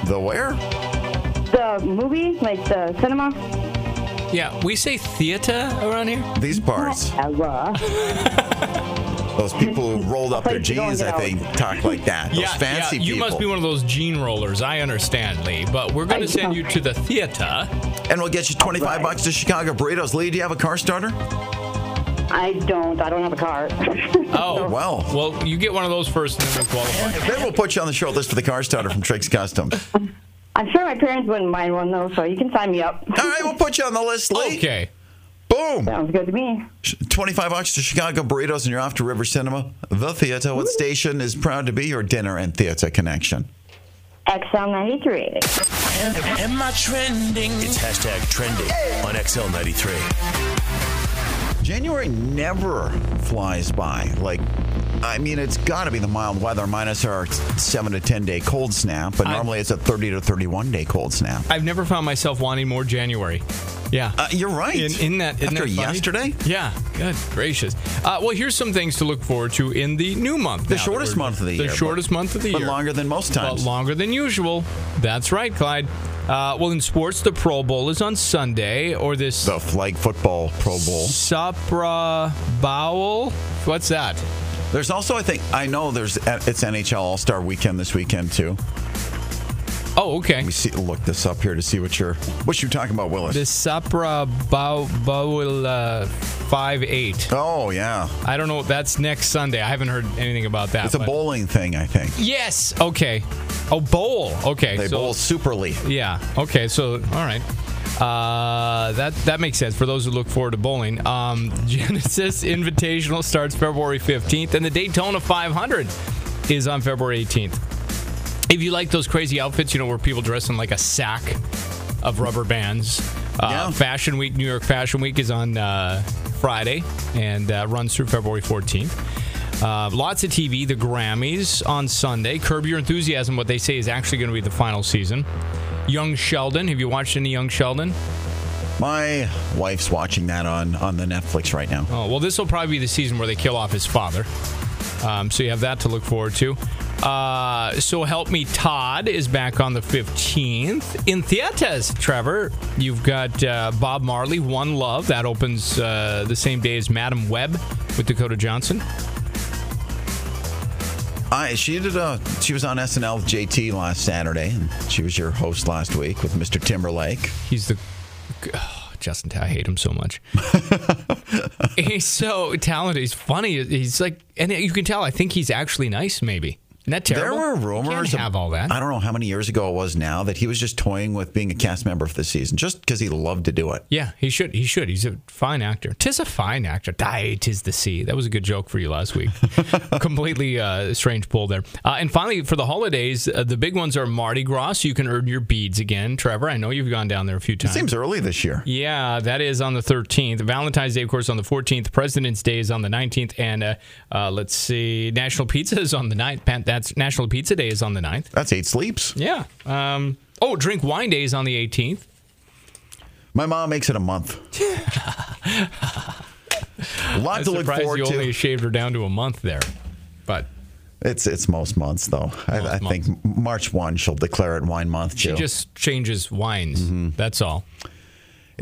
[SPEAKER 7] The where?
[SPEAKER 18] The movie, like the cinema.
[SPEAKER 8] Yeah, we say theater around here.
[SPEAKER 7] These parts.
[SPEAKER 18] Whatever.
[SPEAKER 7] Those people who rolled up their
[SPEAKER 8] Place to go and
[SPEAKER 7] jeans, I
[SPEAKER 8] get
[SPEAKER 7] think, talk like that. Those
[SPEAKER 8] yeah,
[SPEAKER 7] fancy
[SPEAKER 8] yeah, you
[SPEAKER 7] people.
[SPEAKER 8] must be one of those gene rollers. I understand, Lee, but we're going to send you to the theater.
[SPEAKER 7] and we'll get you 25 bucks to Chicago Burritos. Lee, do you have a car starter?
[SPEAKER 18] I don't. I don't have a car.
[SPEAKER 8] Oh,
[SPEAKER 7] wow.
[SPEAKER 8] Well, you get one of those first, and then we'll qualify.
[SPEAKER 7] Then we'll put you on the short list for the car starter from Tricks Customs.
[SPEAKER 18] I'm sure my parents wouldn't mind one though, so you can sign me up.
[SPEAKER 7] All right, we'll put you on the list, Lee.
[SPEAKER 8] Okay.
[SPEAKER 7] Boom.
[SPEAKER 18] Sounds good to me.
[SPEAKER 7] 25 bucks to Chicago Burritos, and you're off to River Cinema. The theater, what station is proud to be your dinner and theater connection?
[SPEAKER 18] XL ninety three.
[SPEAKER 1] Am, am I trending? It's hashtag trending on XL93.
[SPEAKER 7] January never flies by. Like, I mean, it's got to be the mild weather minus our seven to 10 day cold snap, but normally it's a 30 to 31 day cold snap.
[SPEAKER 8] I've never found myself wanting more January. Yeah,
[SPEAKER 7] uh, you're right.
[SPEAKER 8] In, in that, isn't
[SPEAKER 7] After
[SPEAKER 8] that funny?
[SPEAKER 7] yesterday?
[SPEAKER 8] Yeah. Good gracious. Uh, well, here's some things to look forward to in the new month.
[SPEAKER 7] The
[SPEAKER 8] now that
[SPEAKER 7] shortest
[SPEAKER 8] we're-
[SPEAKER 7] month of the year,
[SPEAKER 8] The
[SPEAKER 7] but-
[SPEAKER 8] shortest month of the
[SPEAKER 7] but
[SPEAKER 8] year.
[SPEAKER 7] longer than most times.
[SPEAKER 8] But longer than usual. That's right, Clyde. Uh, well, in sports, the Pro Bowl is on Sunday, or this
[SPEAKER 7] the flag football Pro Bowl.
[SPEAKER 8] Supra Bowl. What's that?
[SPEAKER 7] There's also, I think, I know there's it's NHL All Star Weekend this weekend too.
[SPEAKER 8] Oh, okay.
[SPEAKER 7] Let me see, look this up here to see what you're what you're talking about, Willis.
[SPEAKER 8] The Supra Bow Bowl uh, five eight.
[SPEAKER 7] Oh yeah.
[SPEAKER 8] I don't know. That's next Sunday. I haven't heard anything about that.
[SPEAKER 7] it's a
[SPEAKER 8] but-
[SPEAKER 7] bowling thing, I think.
[SPEAKER 8] Yes. Okay. Oh, bowl. Okay.
[SPEAKER 7] They
[SPEAKER 8] so,
[SPEAKER 7] bowl superly.
[SPEAKER 8] Yeah. Okay. So all right. Uh, that that makes sense for those who look forward to bowling. Um, Genesis Invitational starts February 15th, and the Daytona 500 is on February 18th. If you like those crazy outfits, you know where people dress in like a sack of rubber bands. Uh, Fashion Week, New York Fashion Week is on uh, Friday and uh, runs through February 14th. Uh, lots of TV. The Grammys on Sunday. Curb Your Enthusiasm, what they say is actually going to be the final season. Young Sheldon. Have you watched any Young Sheldon?
[SPEAKER 7] My wife's watching that on on the Netflix right now.
[SPEAKER 8] Oh, well, this will probably be the season where they kill off his father. Um, so you have that to look forward to. Uh, so Help Me Todd is back on the 15th. In theaters, Trevor, you've got uh, Bob Marley, One Love. That opens uh, the same day as Madam Web with Dakota Johnson.
[SPEAKER 7] I she did a she was on SNL with JT last Saturday, and she was your host last week with Mr. Timberlake.
[SPEAKER 8] He's the Justin. I hate him so much. he's so talented. He's funny. He's like, and you can tell. I think he's actually nice. Maybe isn't that terrible?
[SPEAKER 7] There were
[SPEAKER 8] You can't
[SPEAKER 7] rumors. ab-
[SPEAKER 8] have all that.
[SPEAKER 7] I don't know how many years ago it was now that he was just toying with being a cast member for the season, just because he loved to do it.
[SPEAKER 8] Yeah, he should. He should. He's a fine actor. Tis a fine actor. Die, tis the sea. That was a good joke for you last week. Completely uh, strange pull there. Uh, and finally, for the holidays, uh, the big ones are Mardi Gras. So you can earn your beads again. Trevor, I know you've gone down there a few
[SPEAKER 7] It
[SPEAKER 8] times.
[SPEAKER 7] seems early this year.
[SPEAKER 8] Yeah, that is on the 13th. Valentine's Day, of course, on the 14th. President's Day is on the 19th. And uh, uh, let's see, National Pizza is on the 9th. Pat, That's National Pizza Day is on the 9th.
[SPEAKER 7] That's eight sleeps.
[SPEAKER 8] Yeah. Um, oh, Drink Wine Day is on the 18th.
[SPEAKER 7] My mom makes it a month. Lot
[SPEAKER 8] I'm
[SPEAKER 7] to look
[SPEAKER 8] surprised
[SPEAKER 7] forward
[SPEAKER 8] you
[SPEAKER 7] to.
[SPEAKER 8] only shaved her down to a month there. But
[SPEAKER 7] It's it's most months though. I, I think March one she'll declare it wine month.
[SPEAKER 8] she
[SPEAKER 7] too.
[SPEAKER 8] just changes wines. That's all.
[SPEAKER 7] Mm-hmm.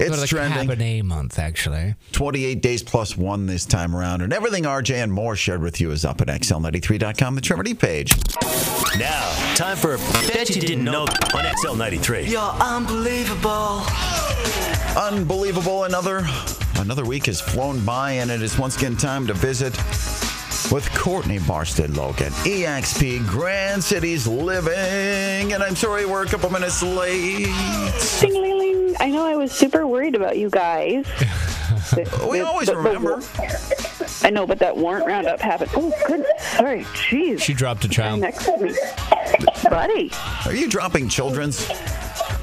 [SPEAKER 7] it's
[SPEAKER 8] go to the
[SPEAKER 7] trending.
[SPEAKER 8] Cabernet month actually.
[SPEAKER 7] Twenty eight days plus one this time around, and everything RJ and more shared with you is up at xl93.com, the Trevor D page.
[SPEAKER 1] Now, time for Bet You Didn't Know on XL93.
[SPEAKER 2] You're unbelievable.
[SPEAKER 7] Unbelievable! Another another week has flown by, and it is once again time to visit with Courtney Barstead Logan, EXP Grand Cities Living, and I'm sorry we're a couple minutes late.
[SPEAKER 19] Ding, ling, ling. I know I was super worried about you guys.
[SPEAKER 7] we always remember.
[SPEAKER 19] I know, but that warrant roundup happened. Oh, good. Sorry. Jeez.
[SPEAKER 8] She dropped a child.
[SPEAKER 19] Next to me. Buddy,
[SPEAKER 7] Are you dropping children's?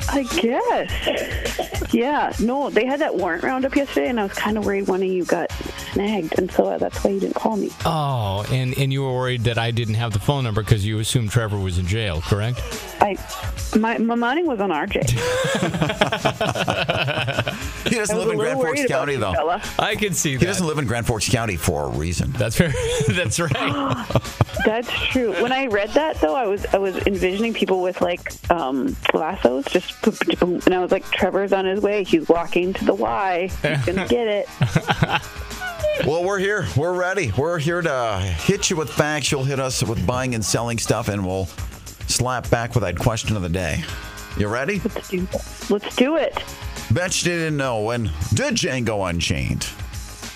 [SPEAKER 19] I guess. Yeah. No, they had that warrant roundup yesterday, and I was kind of worried one of you got snagged, and so that's why you didn't call me.
[SPEAKER 8] Oh, and, and you were worried that I didn't have the phone number because you assumed Trevor was in jail, correct?
[SPEAKER 19] I, my, my money was on RJ.
[SPEAKER 7] He doesn't
[SPEAKER 19] I
[SPEAKER 7] live
[SPEAKER 19] was
[SPEAKER 7] in
[SPEAKER 19] a little
[SPEAKER 7] Grand Forks
[SPEAKER 19] worried about
[SPEAKER 7] County,
[SPEAKER 19] you,
[SPEAKER 7] though.
[SPEAKER 19] fella.
[SPEAKER 8] I can see
[SPEAKER 7] that. He doesn't live in Grand Forks County for a reason.
[SPEAKER 8] That's fair. That's right.
[SPEAKER 19] That's true. When I read that though, I was I was envisioning people with like um, lassos, just boop, boop, boop, and I was like, Trevor's on his way. He's walking to the Y. He's gonna get it.
[SPEAKER 7] Well, we're here. We're ready. We're here to hit you with facts. You'll hit us with buying and selling stuff, and we'll slap back with that question of the day. You ready?
[SPEAKER 19] Let's do, let's do it.
[SPEAKER 7] Bet you didn't know when did Django Unchained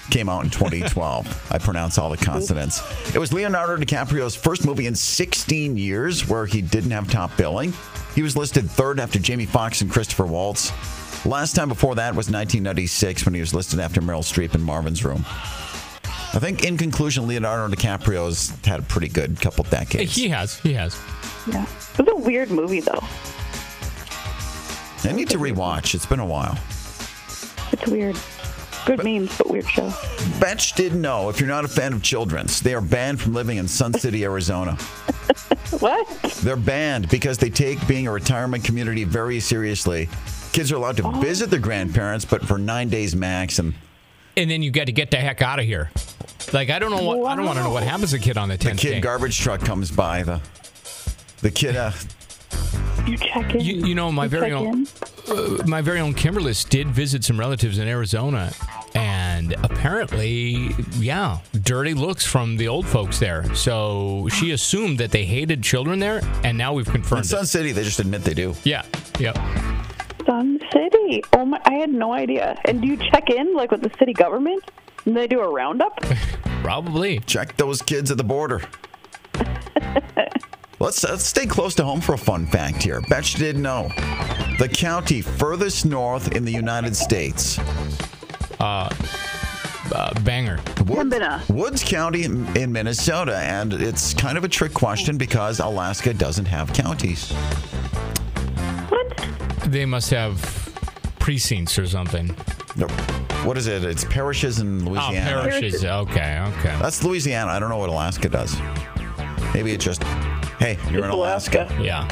[SPEAKER 7] came out in 2012. I pronounce all the consonants. It was Leonardo DiCaprio's first movie in 16 years where he didn't have top billing. He was listed third after Jamie Foxx and Christopher Waltz. Last time before that was 1996 when he was listed after Meryl Streep in Marvin's Room. I think in conclusion, Leonardo DiCaprio's had a pretty good couple decades.
[SPEAKER 8] He has. He has.
[SPEAKER 19] Yeah, it was a weird movie though.
[SPEAKER 7] I need to rewatch. It's been a while.
[SPEAKER 19] It's weird. Good memes, but weird show.
[SPEAKER 7] Betch didn't know if you're not a fan of children's, they are banned from living in Sun City, Arizona.
[SPEAKER 19] What?
[SPEAKER 7] They're banned because they take being a retirement community very seriously. Kids are allowed to visit their grandparents, but for nine days max. And
[SPEAKER 8] And then you got to get the heck out of here. Like I don't know what I don't want to know what happens to a kid on the
[SPEAKER 7] the
[SPEAKER 8] tenth
[SPEAKER 7] kid
[SPEAKER 8] day.
[SPEAKER 7] garbage truck comes by. The the kid. Uh,
[SPEAKER 19] You check in.
[SPEAKER 8] You, you know, my
[SPEAKER 19] You
[SPEAKER 8] very
[SPEAKER 19] check
[SPEAKER 8] own, uh, my very own Kimberlist did visit some relatives in Arizona, and apparently, yeah, dirty looks from the old folks there. So she assumed that they hated children there, and now we've
[SPEAKER 7] in
[SPEAKER 8] confirmed
[SPEAKER 7] Sun City, they just admit they do.
[SPEAKER 8] it. Yeah, yep.
[SPEAKER 19] Sun City. Oh my! I had no idea. And do you check in like with the city government? And they do a roundup.
[SPEAKER 8] Probably.
[SPEAKER 7] Check those kids at the border. let's, let's stay close to home for a fun fact here. Bet you didn't know. The county furthest north in the United States.
[SPEAKER 8] Uh, uh, banger.
[SPEAKER 7] Wood- Woods County in in Minnesota, and it's kind of a trick question because Alaska doesn't have counties.
[SPEAKER 8] They must have precincts or something.
[SPEAKER 7] No, What is it? It's parishes in
[SPEAKER 8] Oh,
[SPEAKER 7] Louisiana.
[SPEAKER 8] parishes. Okay, okay.
[SPEAKER 7] That's Louisiana. I don't know what Alaska does. Maybe it's just, hey, you're in Alaska.
[SPEAKER 8] yeah.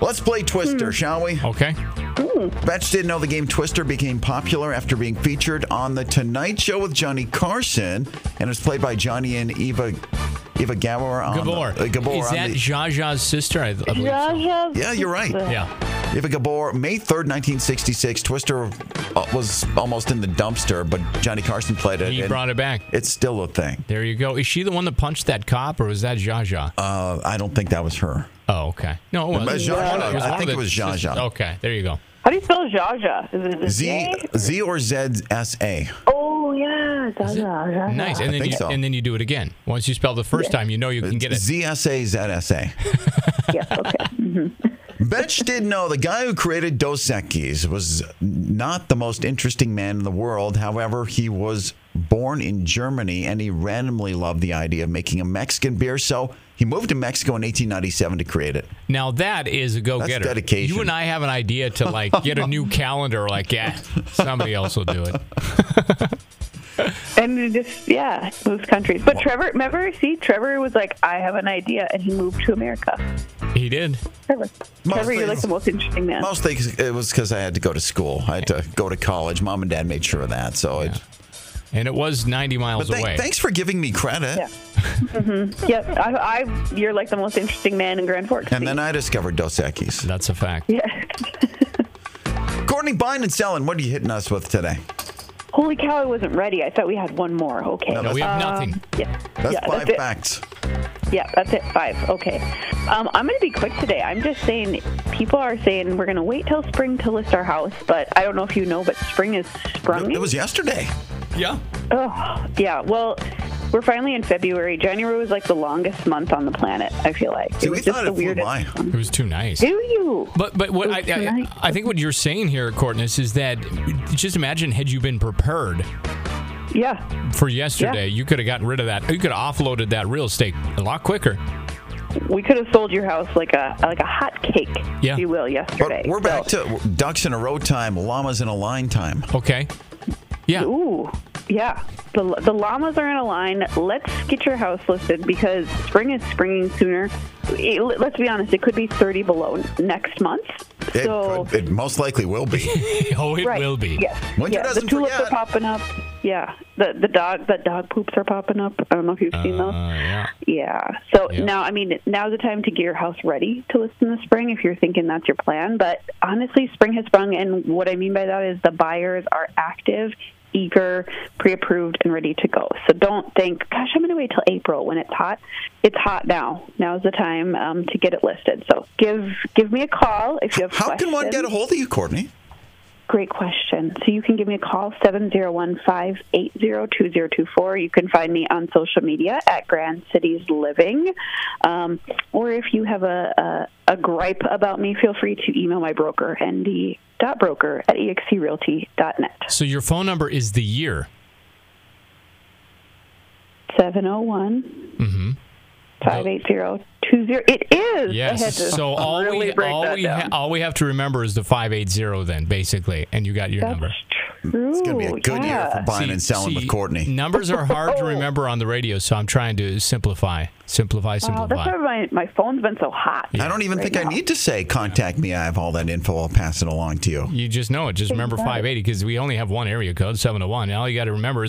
[SPEAKER 7] Let's play Twister, shall we?
[SPEAKER 8] Okay.
[SPEAKER 7] Betch didn't know the game Twister became popular after being featured on The Tonight Show with Johnny Carson, and it's played by Johnny and Eva Eva Gabor on
[SPEAKER 8] Gabor.
[SPEAKER 7] The, uh, Gabor
[SPEAKER 8] Is
[SPEAKER 7] on
[SPEAKER 8] that
[SPEAKER 7] the-
[SPEAKER 8] Zsa Zsa's sister? I, I believe so.
[SPEAKER 7] Yeah, you're right.
[SPEAKER 8] Yeah.
[SPEAKER 7] Eva Gabor, May 3rd, 1966, Twister uh, was almost in the dumpster, but Johnny Carson played it.
[SPEAKER 8] He
[SPEAKER 7] and
[SPEAKER 8] brought it back.
[SPEAKER 7] It's still a thing.
[SPEAKER 8] There you go. Is she the one that punched that cop, or was that Zsa Zsa?
[SPEAKER 7] Uh, I don't think that was her.
[SPEAKER 8] Oh, okay. No, it
[SPEAKER 7] It was
[SPEAKER 8] was
[SPEAKER 7] Zsa Zsa. I
[SPEAKER 8] one
[SPEAKER 7] think
[SPEAKER 8] of
[SPEAKER 7] it was Zsa
[SPEAKER 8] sis-
[SPEAKER 7] Zsa.
[SPEAKER 8] Okay, there you go.
[SPEAKER 19] How do you spell Jaja? Is it
[SPEAKER 7] Z, Z or ZSA.
[SPEAKER 19] Oh yeah, Jaja.
[SPEAKER 8] Nice. And
[SPEAKER 7] I
[SPEAKER 8] then
[SPEAKER 7] think
[SPEAKER 8] you
[SPEAKER 7] so.
[SPEAKER 8] and then you do it again. Once you spell the first time, you know you can get it.
[SPEAKER 7] ZSA, ZSA.
[SPEAKER 8] Mm-hmm.
[SPEAKER 7] Betch did know the guy who created Dos Equis was not the most interesting man in the world. However, he was born in Germany and he randomly loved the idea of making a Mexican beer. So he moved to Mexico in 1897 to create it.
[SPEAKER 8] Now that is a go getter.
[SPEAKER 7] dedication.
[SPEAKER 8] You and I have an idea to like get a new calendar. Like, yeah, somebody else will do it.
[SPEAKER 19] And it just yeah, moves countries. But Trevor, remember, see, Trevor was like, I have an idea, and he moved to America.
[SPEAKER 8] He did.
[SPEAKER 19] Trevor, Trevor,
[SPEAKER 7] Mostly-
[SPEAKER 19] you're like the most interesting man.
[SPEAKER 7] Mostly 'cause it was because I had to go to school. I had to go to college. Mom and dad made sure of that. So it,
[SPEAKER 8] And it was 90 miles
[SPEAKER 7] But thank-
[SPEAKER 8] away.
[SPEAKER 7] thanks for giving me credit.
[SPEAKER 19] Yeah. hmm Yep. I, I, you're like the most interesting man in Grand Forks.
[SPEAKER 7] And then I discovered Dos Equis.
[SPEAKER 8] That's a fact.
[SPEAKER 19] Yeah.
[SPEAKER 7] Courtney, buying and selling, what are you hitting us with today?
[SPEAKER 19] Holy cow! I wasn't ready. I thought we had one more. Okay. Um,
[SPEAKER 7] No, we have nothing.
[SPEAKER 19] Yeah.
[SPEAKER 7] That's
[SPEAKER 19] yeah,
[SPEAKER 7] five
[SPEAKER 19] it.
[SPEAKER 7] facts.
[SPEAKER 19] Yeah, that's it. Five. Okay. Um, I'm going to be quick today. I'm just saying, people are saying we're going to wait till spring to list our house, but I don't know if you know, but spring is sprung.
[SPEAKER 7] It was yesterday.
[SPEAKER 8] Yeah.
[SPEAKER 19] Oh, yeah. Well, we're finally in February. January was like the longest month on the planet, I feel like. it was just the weirdest.
[SPEAKER 8] It was too nice.
[SPEAKER 19] Do you?
[SPEAKER 8] But but what I, I, I think what you're saying here, Courtness, is that just imagine had you been prepared
[SPEAKER 19] Yeah.
[SPEAKER 8] for yesterday, you could have gotten rid of that. You could have offloaded that real estate a lot quicker.
[SPEAKER 19] We could have sold your house like a like a hot cake,
[SPEAKER 8] Yeah.
[SPEAKER 19] if you will, yesterday.
[SPEAKER 7] We're back to ducks in a row time, llamas in a line time.
[SPEAKER 8] Okay. Yeah.
[SPEAKER 19] Ooh, yeah. The, the llamas are in a line. Let's get your house listed because spring is springing sooner. It- let's be honest, it could be 30 below next month.
[SPEAKER 7] It,
[SPEAKER 19] so,
[SPEAKER 7] could- it most likely will be.
[SPEAKER 8] oh, it
[SPEAKER 19] Right.
[SPEAKER 8] will be.
[SPEAKER 19] Yes.
[SPEAKER 7] Winter
[SPEAKER 19] yeah, the
[SPEAKER 7] doesn't
[SPEAKER 19] tulips
[SPEAKER 7] forget.
[SPEAKER 19] are popping up. Yeah, the the dog the dog poops are popping up. I don't know if you've seen those.
[SPEAKER 7] Uh,
[SPEAKER 8] yeah.
[SPEAKER 19] Yeah. So
[SPEAKER 8] Yeah.
[SPEAKER 19] now, I mean, now's the time to get your house ready to list in the spring if you're thinking that's your plan. But honestly, spring has sprung, and what I mean by that is the buyers are active, eager, pre-approved, and ready to go. So don't think, gosh, I'm going to wait till April when it's hot. It's hot now. Now's the time um, to get it listed. So give give me a call if you have
[SPEAKER 7] How can one get a
[SPEAKER 19] questions.
[SPEAKER 7] hold of you, Courtney?
[SPEAKER 19] Great question. So you can give me a call, 701-580-2024. You can find me on social media at Grand Cities Living. Um, or if you have a, a, a gripe about me, feel free to email my broker, nd.broker at E exrealty.net.
[SPEAKER 8] So your phone number is the year.
[SPEAKER 19] 701
[SPEAKER 8] Mm-hmm.
[SPEAKER 19] 580 It is. I had
[SPEAKER 8] Yes.
[SPEAKER 19] to
[SPEAKER 8] So all
[SPEAKER 19] really
[SPEAKER 8] we
[SPEAKER 19] break
[SPEAKER 8] all
[SPEAKER 19] that
[SPEAKER 8] we
[SPEAKER 19] down.
[SPEAKER 8] ha- all we have to remember is the five eight zero. Then basically, and you got your
[SPEAKER 19] That's
[SPEAKER 8] number.
[SPEAKER 7] It's going to be a
[SPEAKER 19] Ooh,
[SPEAKER 7] good year
[SPEAKER 19] yeah. Oh.
[SPEAKER 7] for buying
[SPEAKER 8] See-
[SPEAKER 7] and selling with
[SPEAKER 8] see,
[SPEAKER 7] Courtney.
[SPEAKER 8] Numbers are hard to remember on the radio, so I'm trying to simplify, simplify,
[SPEAKER 19] Wow,
[SPEAKER 8] simplify.
[SPEAKER 19] that's why my, my phone's been so hot.
[SPEAKER 7] I don't even
[SPEAKER 19] right
[SPEAKER 7] think I
[SPEAKER 19] now.
[SPEAKER 7] need to say, contact me. I have all that info. I'll pass it along to you.
[SPEAKER 8] You just know it. Just remember 580 because we only have one area code, 701. All you got to remember is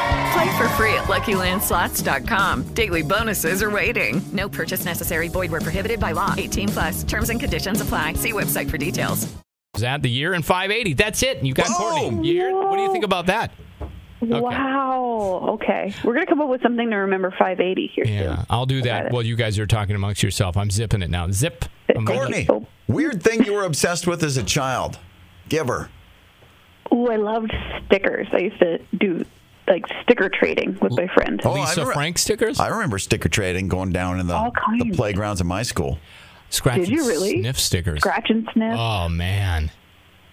[SPEAKER 15] Play for free at LuckyLandSlots.com. Daily bonuses are waiting. No purchase necessary. Void where prohibited by law. 18 plus terms and conditions apply. See website for details.
[SPEAKER 8] that the year and 580. That's it. You got Courtney. You hear- What do you think about that?
[SPEAKER 19] Wow. Okay. We're going to come up with something to remember 580 here
[SPEAKER 8] Yeah, I'll do that while you guys are talking amongst yourself. I'm zipping it now. Zip. I'm gonna-
[SPEAKER 7] Courtney, weird thing you were obsessed with as a child. Give her.
[SPEAKER 19] soon. Ooh, I loved stickers. I used to do like sticker trading with my friend.
[SPEAKER 7] Oh, I remember-
[SPEAKER 8] Frank stickers?
[SPEAKER 7] I remember sticker trading going down in the,
[SPEAKER 19] All kinds.
[SPEAKER 7] the playgrounds at my school.
[SPEAKER 8] Scratch
[SPEAKER 19] Did you really?
[SPEAKER 8] Sniff stickers.
[SPEAKER 19] Scratch and sniff.
[SPEAKER 8] Oh, man.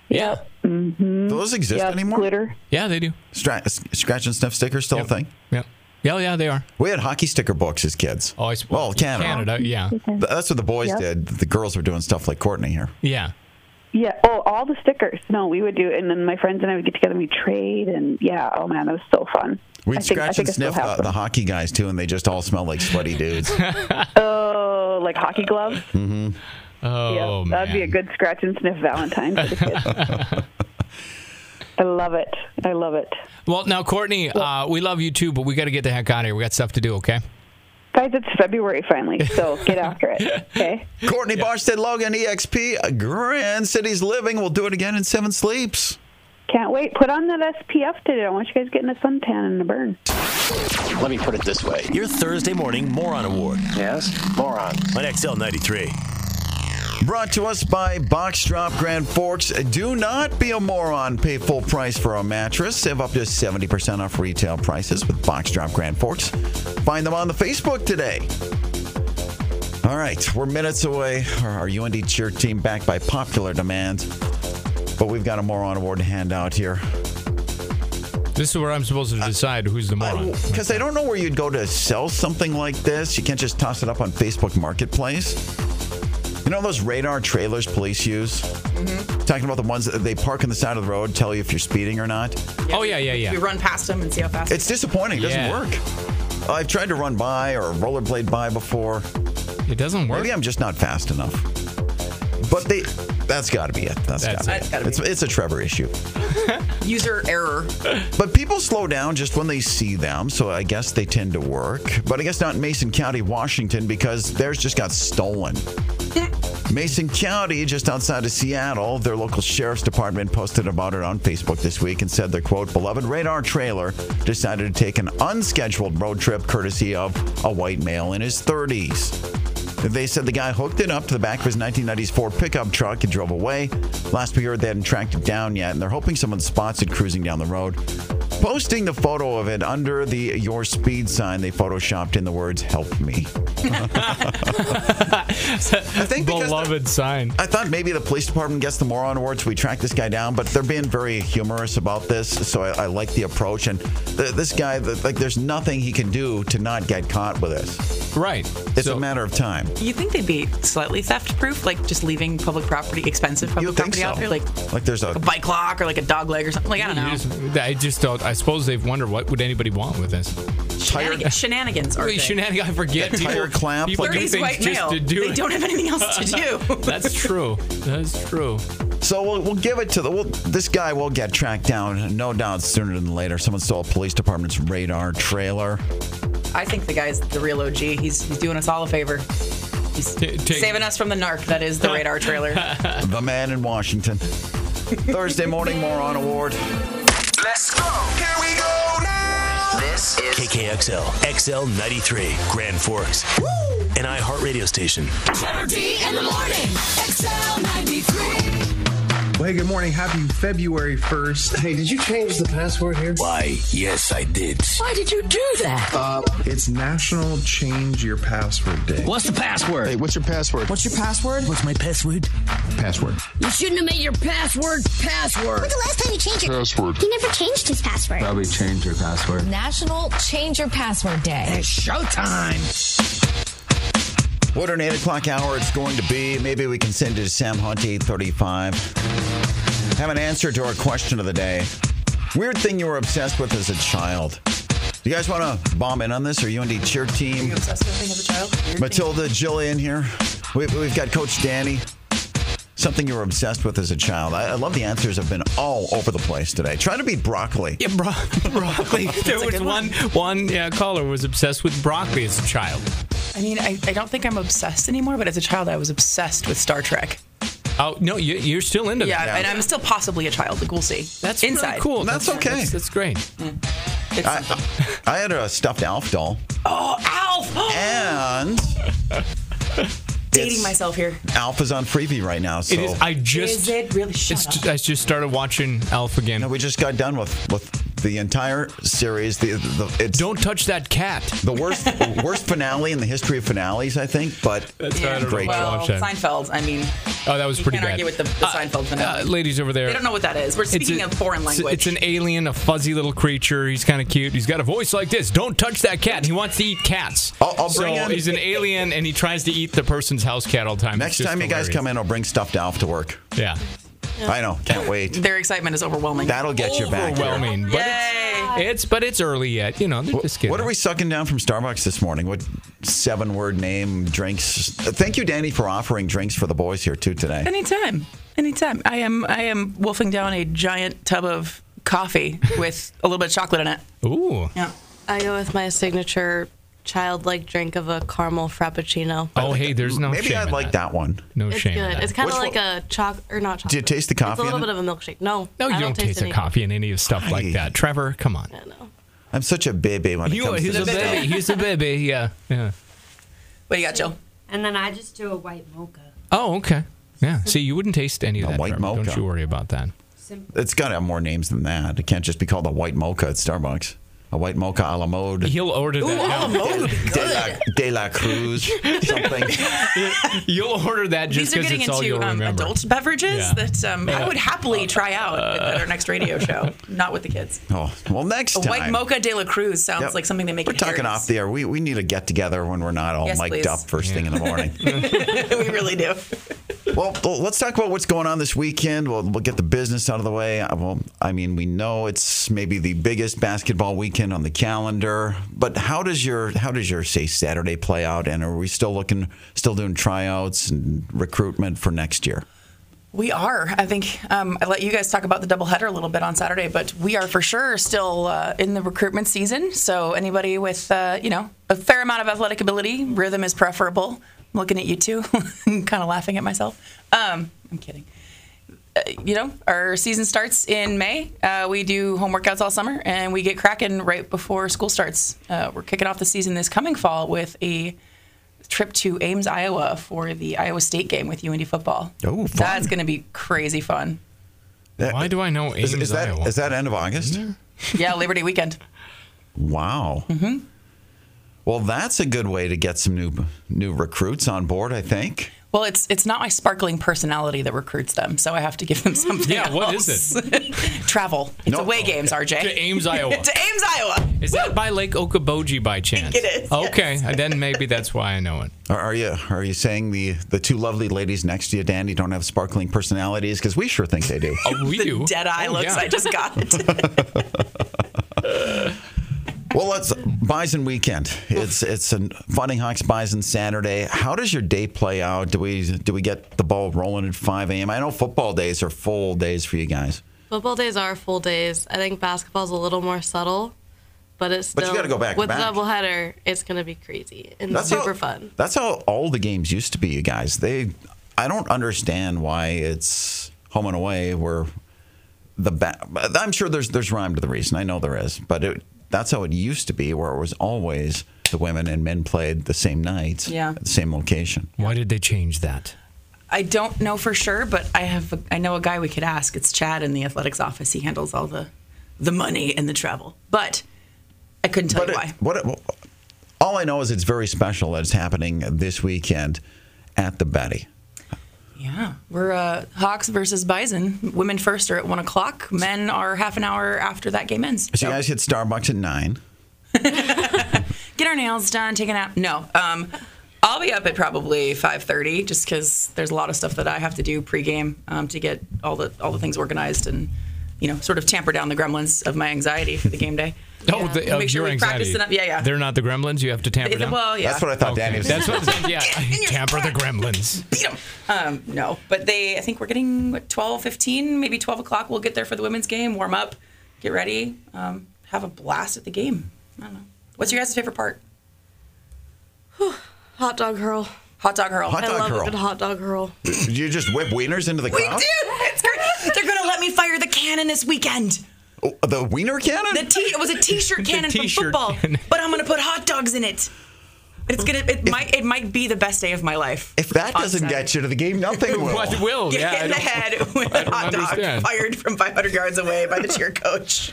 [SPEAKER 8] Yeah.
[SPEAKER 19] Mm-hmm.
[SPEAKER 7] Those exist
[SPEAKER 19] yep.
[SPEAKER 7] anymore?
[SPEAKER 19] Glitter.
[SPEAKER 8] Yeah, they do.
[SPEAKER 7] Stra- s- scratch and sniff stickers still a thing?
[SPEAKER 8] Yeah. Yeah, yeah, they are.
[SPEAKER 7] We had hockey sticker books as kids.
[SPEAKER 8] Oh, I
[SPEAKER 7] well, Canada.
[SPEAKER 8] Canada, yeah.
[SPEAKER 7] Th- That's what the boys
[SPEAKER 19] Yep.
[SPEAKER 7] did. The girls were doing stuff like Courtney here.
[SPEAKER 8] Yeah.
[SPEAKER 19] Yeah. Oh, all the stickers. No, we would do, and then my friends and I would get together and we trade, and yeah. Oh man, that was so fun.
[SPEAKER 7] We'd
[SPEAKER 19] I think- I
[SPEAKER 7] scratch and
[SPEAKER 19] think I still
[SPEAKER 7] sniff uh,
[SPEAKER 19] have
[SPEAKER 7] the, the hockey guys too, and they just all smell like sweaty dudes.
[SPEAKER 19] Oh, like hockey gloves?
[SPEAKER 7] mm-hmm.
[SPEAKER 8] Oh,
[SPEAKER 19] yeah, that'd be a good scratch and sniff Valentine for the kids. I love it. I love it.
[SPEAKER 8] Well, now, Courtney, uh, we love you too, but we got to get the heck out of here. We got stuff to do, okay?
[SPEAKER 19] Guys, it's February finally, so get after it. Okay.
[SPEAKER 7] Courtney Barstead, Logan EXP, uh, Grand Cities Living. We'll do it again in seven sleeps.
[SPEAKER 19] Can't wait. Put on that SPF today. I want you guys getting a suntan and a burn.
[SPEAKER 1] Let me put it this way. Your Thursday morning moron award. Yes? Moron. On XL 93.
[SPEAKER 7] Brought to us by Box Drop Grand Forks. Do not be a moron. Pay full price for a mattress. Save up to 70% off retail prices with Box Drop Grand Forks. Find them on the Facebook today. All right, we're minutes away. Our UND cheer team back by popular demand. But we've got a moron award to hand out here.
[SPEAKER 8] This is where I'm supposed to decide who's the moron.
[SPEAKER 7] Because I don't know where you'd go to sell something like this. You can't just toss it up on Facebook Marketplace. You know those radar trailers police use? Talking about the ones that they park on the side of the road, tell you if you're speeding or not.
[SPEAKER 8] Oh, yeah, yeah, yeah.
[SPEAKER 3] We run past them and see how fast.
[SPEAKER 7] It's disappointing. It doesn't work. I've tried to run by or rollerblade by before.
[SPEAKER 8] It doesn't work.
[SPEAKER 7] Maybe I'm just not fast enough. But they. That's got to be it.
[SPEAKER 3] That's
[SPEAKER 7] gotta
[SPEAKER 3] it. That's gotta be
[SPEAKER 7] It's, it's a Trevor issue.
[SPEAKER 3] User error.
[SPEAKER 7] But people slow down just when they see them, so I guess they tend to work. But I guess not in Mason County, Washington, because theirs just got stolen. Mason County, just outside of Seattle, their local sheriff's department posted about it on Facebook this week and said their quote, beloved radar trailer decided to take an unscheduled road trip courtesy of a white male in his 30s. They said the guy hooked it up to the back of his 1990s Ford pickup truck and drove away. Last we heard, they hadn't tracked it down yet, and they're hoping someone spots it cruising down the road. Posting the photo of it under the Your Speed sign, they photoshopped in the words, Help me. I think
[SPEAKER 8] Beloved sign.
[SPEAKER 7] I thought maybe the police department gets the moron awards. We track this guy down, but they're being very humorous about this. So I, I like the approach. And th- this guy, th- like, there's nothing he can do to not get caught with this.
[SPEAKER 8] Right.
[SPEAKER 7] It's a matter of time.
[SPEAKER 3] You think they'd be slightly theft proof, like just leaving public property, expensive public
[SPEAKER 7] think
[SPEAKER 3] property out
[SPEAKER 7] so.
[SPEAKER 3] there, like
[SPEAKER 7] Like, there's a
[SPEAKER 3] a bike lock or like a dog leg or something? Like I don't know.
[SPEAKER 8] You just- I just don't. I suppose they've wondered what would anybody want with this.
[SPEAKER 3] Shenanigans, shenanigans are
[SPEAKER 8] Wait, shenanigans. I forget.
[SPEAKER 7] That tire
[SPEAKER 8] People-
[SPEAKER 7] clamp,
[SPEAKER 8] people
[SPEAKER 7] like-
[SPEAKER 8] do
[SPEAKER 7] 30s
[SPEAKER 8] things
[SPEAKER 7] white
[SPEAKER 8] just
[SPEAKER 7] male.
[SPEAKER 8] to do
[SPEAKER 3] They
[SPEAKER 8] it.
[SPEAKER 3] don't have anything else to do.
[SPEAKER 8] That's true. That's true.
[SPEAKER 7] So we'll, we'll give it to the. We'll, this guy will get tracked down, no doubt, sooner than later. Someone stole a police department's radar trailer.
[SPEAKER 3] I think the guy's the real OG. He's, he's doing us all a favor. He's saving us from the narc that is the radar trailer.
[SPEAKER 7] the man in Washington. Thursday morning, moron award.
[SPEAKER 2] Let's go. Here we go now. This is
[SPEAKER 1] KKXL XL 93 Grand Forks. An iHeartRadio station.
[SPEAKER 2] Energy in the morning. XL 93.
[SPEAKER 20] Well, hey, good morning. Happy February 1st. Hey, did you change the password here?
[SPEAKER 2] Why, yes, I did. Why did you do that?
[SPEAKER 20] Uh, it's National Change Your Password Day.
[SPEAKER 2] What's the password?
[SPEAKER 20] Hey, what's your password?
[SPEAKER 2] What's your password? What's my password?
[SPEAKER 20] password?
[SPEAKER 5] You shouldn't have made your password password. When's the last time you changed your
[SPEAKER 20] Password.
[SPEAKER 5] He never changed his password.
[SPEAKER 20] Probably change your password.
[SPEAKER 21] National Change Your Password Day.
[SPEAKER 2] It's showtime.
[SPEAKER 7] What an eight o'clock hour it's going to be. Maybe we can send it to Sam Hunt eight thirty-five. Have an answer to our question of the day. Weird thing you were obsessed with as a child. Do you guys want to bomb in on this? Or you and the cheer team?
[SPEAKER 3] Obsessed with thing as a child. Weird thing.
[SPEAKER 7] Matilda, Jillian here. We've, we've got Coach Danny. Something you were obsessed with as a child. I, I love the answers have been all over the place today. Try to beat broccoli.
[SPEAKER 8] Yeah, bro- broccoli. there was one one yeah, caller was obsessed with broccoli as a child.
[SPEAKER 3] I mean, I, I don't think I'm obsessed anymore, but as a child, I was obsessed with Star Trek.
[SPEAKER 8] Oh no, you, you're still into
[SPEAKER 3] Yeah,
[SPEAKER 8] that.
[SPEAKER 3] and I'm still possibly a child. Like we'll see.
[SPEAKER 8] That's really
[SPEAKER 3] inside. Mm.
[SPEAKER 8] cool. That's That's- okay. that's- great.
[SPEAKER 7] I, I had a stuffed Alf doll.
[SPEAKER 3] Oh, Alf!
[SPEAKER 7] And
[SPEAKER 3] dating myself here.
[SPEAKER 7] Alf is on freebie right now. So
[SPEAKER 8] It is. I just.
[SPEAKER 3] Is it really? Shut
[SPEAKER 8] it's,
[SPEAKER 3] up.
[SPEAKER 8] I just started watching Alf again.
[SPEAKER 7] No, we just got done with with the entire series. The, the it's
[SPEAKER 8] Don't touch that cat.
[SPEAKER 7] the worst worst finale in the history of finales, I think. But great
[SPEAKER 3] well,
[SPEAKER 7] job.
[SPEAKER 3] Seinfeld. I mean,
[SPEAKER 8] Oh, that was
[SPEAKER 3] you
[SPEAKER 8] pretty
[SPEAKER 3] can't
[SPEAKER 8] bad.
[SPEAKER 3] argue with the, the Seinfeld finale.
[SPEAKER 8] Uh, ladies over there.
[SPEAKER 3] They don't know what that is. We're
[SPEAKER 8] It's a-
[SPEAKER 3] speaking of foreign
[SPEAKER 8] it's-
[SPEAKER 3] language.
[SPEAKER 8] It's an alien, a fuzzy little creature. He's kind of cute. He's got a voice like this. Don't touch that cat. He wants to eat cats.
[SPEAKER 7] I'll bring
[SPEAKER 8] so
[SPEAKER 7] in-
[SPEAKER 8] he's an alien and he tries to eat the person's house cat all the time.
[SPEAKER 7] Next time you guys come in, I'll bring stuffed Alf to work.
[SPEAKER 8] Yeah.
[SPEAKER 7] I know. Can't wait.
[SPEAKER 3] Their excitement is overwhelming.
[SPEAKER 7] That'll get you back.
[SPEAKER 8] Overwhelming, but it's, it's but it's early yet. You know, they're just getting
[SPEAKER 7] What are we sucking down from Starbucks this morning? What seven word name drinks? Thank you, Danny, for offering drinks for the boys here too today.
[SPEAKER 3] Anytime. Anytime. I am I am wolfing down a giant tub of coffee with a little bit of chocolate in it.
[SPEAKER 8] Ooh.
[SPEAKER 3] Yeah.
[SPEAKER 4] I go with my signature childlike drink of a caramel frappuccino.
[SPEAKER 8] Oh, hey, there's no
[SPEAKER 7] Maybe
[SPEAKER 8] shame
[SPEAKER 7] I'd
[SPEAKER 8] in
[SPEAKER 7] like
[SPEAKER 8] that.
[SPEAKER 7] that one.
[SPEAKER 8] No
[SPEAKER 4] it's
[SPEAKER 8] shame. in
[SPEAKER 4] good.
[SPEAKER 8] that.
[SPEAKER 4] It's kind of like a choc or not chocolate.
[SPEAKER 7] Do you taste the
[SPEAKER 4] It's
[SPEAKER 7] coffee
[SPEAKER 4] a
[SPEAKER 7] in
[SPEAKER 4] little
[SPEAKER 7] it?
[SPEAKER 4] bit of a milkshake. No,
[SPEAKER 8] No, you
[SPEAKER 4] I
[SPEAKER 8] don't, taste the
[SPEAKER 4] any.
[SPEAKER 8] coffee in any of stuff like that. Trevor, come on.
[SPEAKER 7] I'm such a baby when it
[SPEAKER 8] You are.
[SPEAKER 7] comes
[SPEAKER 8] He's
[SPEAKER 7] to
[SPEAKER 8] a
[SPEAKER 7] this stuff.
[SPEAKER 8] baby. He's a baby. Yeah. Yeah.
[SPEAKER 3] What do you got, Jill?
[SPEAKER 10] And then I just do a white mocha.
[SPEAKER 8] Oh, okay. Yeah. See, you wouldn't taste any of that.
[SPEAKER 7] white
[SPEAKER 8] Trevor. Don't
[SPEAKER 7] mocha.
[SPEAKER 8] you worry about that.
[SPEAKER 7] It's got to have more names than that. It can't just be called a white mocha at Starbucks. A white mocha a la mode.
[SPEAKER 8] He'll order that.
[SPEAKER 7] a la mode. De la, de la Cruz. Something.
[SPEAKER 8] You'll order that
[SPEAKER 3] These are getting into um, adult beverages
[SPEAKER 7] Yeah. Uh,
[SPEAKER 3] that um, I would happily try out at our next radio show, not with the kids.
[SPEAKER 7] Oh, well, next
[SPEAKER 3] a
[SPEAKER 7] time.
[SPEAKER 3] white mocha de la Cruz sounds
[SPEAKER 7] Yep.
[SPEAKER 3] like something they make.
[SPEAKER 7] We're talking off the air. We, we need to get together when we're not all
[SPEAKER 3] Yes,
[SPEAKER 7] mic'd
[SPEAKER 3] please.
[SPEAKER 7] up first thing in the morning.
[SPEAKER 3] we really do.
[SPEAKER 7] well, well, let's talk about what's going on this weekend. We'll, we'll get the business out of the way. Uh, Well, I mean, we know it's maybe the biggest basketball weekend on the calendar, but how does your how does your say Saturday play out? And are we still looking, still doing tryouts and recruitment for next year?
[SPEAKER 3] We are. I think um, I let you guys talk about the doubleheader a little bit on Saturday, but we are for sure still uh, in the recruitment season. So anybody with uh, you know a fair amount of athletic ability, rhythm is preferable. I'm looking at you two, kind of laughing at myself. Um, I'm kidding. Uh, you know, our season starts in May. Uh, we do home workouts all summer, and we get cracking right before school starts. Uh, we're kicking off the season this coming fall with a trip to Ames, Iowa for the Iowa State game with UND football.
[SPEAKER 7] Oh, fun.
[SPEAKER 3] That's going to be crazy fun.
[SPEAKER 8] Why do I know
[SPEAKER 7] Is,
[SPEAKER 8] Ames,
[SPEAKER 7] is that
[SPEAKER 8] Iowa?
[SPEAKER 7] is that end of August?
[SPEAKER 3] Yeah, Labor Day weekend.
[SPEAKER 7] Wow.
[SPEAKER 3] Mhm.
[SPEAKER 7] Well, that's a good way to get some new new recruits on board. I think.
[SPEAKER 3] Well, it's it's not my sparkling personality that recruits them, so I have to give them something.
[SPEAKER 8] Yeah, what is
[SPEAKER 3] it? Travel. It's
[SPEAKER 8] No.
[SPEAKER 3] away games, RJ.
[SPEAKER 8] To Ames, Iowa.
[SPEAKER 3] to Ames, Iowa.
[SPEAKER 8] Is that by Lake Okoboji by chance?
[SPEAKER 3] It is,
[SPEAKER 8] Okay, then maybe that's why I know it.
[SPEAKER 7] Are, are you are you saying the the two lovely ladies next to you, Danny, don't have sparkling personalities? Because we sure think they do.
[SPEAKER 8] Oh, we
[SPEAKER 3] the dead eye looks. I just got it.
[SPEAKER 7] Well, let's Bison weekend. It's it's an Fighting Hawks Bison Saturday. How does your day play out? Do we do we get the ball rolling at 5 a.m.? I know football days are full days for you guys,
[SPEAKER 4] Football days are full days. I think basketball's a little more subtle, but it's
[SPEAKER 7] But
[SPEAKER 4] still
[SPEAKER 7] you gotta go back to
[SPEAKER 4] with
[SPEAKER 7] back.
[SPEAKER 4] the doubleheader. It's gonna be crazy and
[SPEAKER 7] That's
[SPEAKER 4] super
[SPEAKER 7] how-
[SPEAKER 4] fun.
[SPEAKER 7] That's how all the games used to be, you guys. They, I don't understand why it's home and away where the back. I'm sure there's there's rhyme to the reason. I know there is, but it, that's how it used to be, where it was always the women and men played the same night,
[SPEAKER 3] Yeah.
[SPEAKER 7] at the same location.
[SPEAKER 8] Why did they change that?
[SPEAKER 3] I don't know for sure, but I have a, I know a guy we could ask. It's Chad in the athletics office. He handles all the the money and the travel. But I couldn't tell you why.
[SPEAKER 7] What? what- All I know is it's very special that it's happening this weekend at the Betty.
[SPEAKER 3] Yeah, we're uh, Hawks versus Bison. Women first are at one o'clock. Men are half an hour after that game ends.
[SPEAKER 7] So you guys hit Starbucks at nine.
[SPEAKER 3] Get our nails done, take a nap. No, um, I'll be up at probably five thirty, just because there's a lot of stuff that I have to do pregame um, to get all the all the things organized and you know sort of tamper down the gremlins of my anxiety for the game day.
[SPEAKER 8] Oh,
[SPEAKER 3] Yeah.
[SPEAKER 8] the,
[SPEAKER 3] Make
[SPEAKER 8] of
[SPEAKER 3] sure
[SPEAKER 8] your
[SPEAKER 3] we practice
[SPEAKER 8] anxiety.
[SPEAKER 3] enough. Yeah, yeah.
[SPEAKER 8] They're not the gremlins. You have to tamper
[SPEAKER 3] They-
[SPEAKER 8] down.
[SPEAKER 3] well, yeah. That's what I
[SPEAKER 7] thought Danny was
[SPEAKER 8] That's
[SPEAKER 7] saying.
[SPEAKER 8] what. Yeah, tamper the gremlins.
[SPEAKER 3] Um, no, but they, I think we're getting what, 12, 15, maybe 12 o'clock. We'll get there for the women's game, warm up, get ready, um, have a blast at the game. I don't know. What's your guys' favorite part?
[SPEAKER 4] Hot dog hurl.
[SPEAKER 3] Hot dog hurl.
[SPEAKER 7] Hot
[SPEAKER 4] I
[SPEAKER 7] dog
[SPEAKER 4] love
[SPEAKER 7] hurl.
[SPEAKER 4] a good hot dog hurl.
[SPEAKER 7] Did you just whip wieners into the
[SPEAKER 3] We
[SPEAKER 7] crowd?
[SPEAKER 3] do. It's great. They're going to let me fire the cannon this weekend.
[SPEAKER 7] Oh, The wiener cannon?
[SPEAKER 3] The t- it was a t-shirt cannon from
[SPEAKER 7] t-shirt
[SPEAKER 3] football, but I'm going to put hot dogs in it. It's gonna. It might. It might be the best day of my life.
[SPEAKER 7] If that doesn't get you to the game, nothing will.
[SPEAKER 8] What will?
[SPEAKER 3] Get
[SPEAKER 8] Yeah,
[SPEAKER 3] hit
[SPEAKER 8] I
[SPEAKER 3] in the
[SPEAKER 8] don't-
[SPEAKER 3] head with
[SPEAKER 8] I
[SPEAKER 3] a
[SPEAKER 8] don't
[SPEAKER 3] hot dog
[SPEAKER 8] understand.
[SPEAKER 3] fired from 500 yards away by the cheer coach.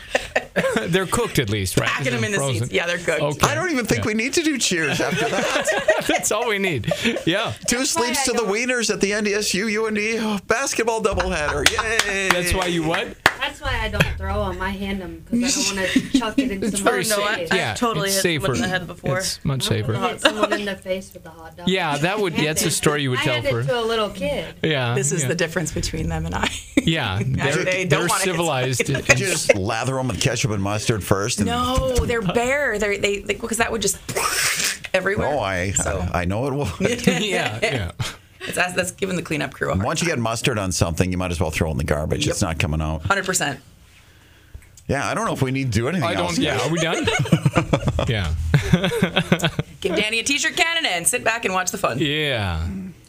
[SPEAKER 8] They're cooked at least, right?
[SPEAKER 3] Packing them in the
[SPEAKER 8] Frozen.
[SPEAKER 3] seats. Yeah, they're cooked.
[SPEAKER 8] Okay.
[SPEAKER 7] I don't even think
[SPEAKER 8] Yeah.
[SPEAKER 7] we need to do cheers after that.
[SPEAKER 8] That's all we need. Yeah.
[SPEAKER 7] Two sleeps to the wieners at the NDSU UND Oh, basketball doubleheader. Yay!
[SPEAKER 8] That's why you what?
[SPEAKER 10] That's That's why I don't throw them. I hand them because I don't want to chuck it in
[SPEAKER 3] It's
[SPEAKER 10] someone's
[SPEAKER 3] very safe.
[SPEAKER 10] face.
[SPEAKER 3] Yeah, I've totally hit someone in the head before.
[SPEAKER 8] It's much
[SPEAKER 10] I would've
[SPEAKER 8] safer.
[SPEAKER 10] Hit someone in the face with a hot dog.
[SPEAKER 8] Yeah, that would. That's a story you would
[SPEAKER 10] I
[SPEAKER 8] tell
[SPEAKER 10] had it
[SPEAKER 8] for.
[SPEAKER 10] to a little kid.
[SPEAKER 8] Yeah.
[SPEAKER 3] This is
[SPEAKER 8] Uh, yeah.
[SPEAKER 3] the difference between them and I.
[SPEAKER 8] Yeah,
[SPEAKER 7] they're,
[SPEAKER 3] they don't they're wanna get
[SPEAKER 7] civilized. Did you just lather them with ketchup and mustard first? And,
[SPEAKER 3] No, they're bare. They're, they they because that would just everywhere.
[SPEAKER 7] Oh, I, I I know it would.
[SPEAKER 3] yeah. It's, that's, that's giving the cleanup crew a
[SPEAKER 7] Once you get mustard on something, you might as well throw it in the garbage. It's not coming out.
[SPEAKER 3] hundred percent.
[SPEAKER 7] Yeah, I don't know if we need to do anything
[SPEAKER 8] I don't-
[SPEAKER 7] else.
[SPEAKER 8] yeah, are we done? yeah.
[SPEAKER 3] Give Danny a T-shirt cannon and sit back and watch the fun.
[SPEAKER 8] Yeah.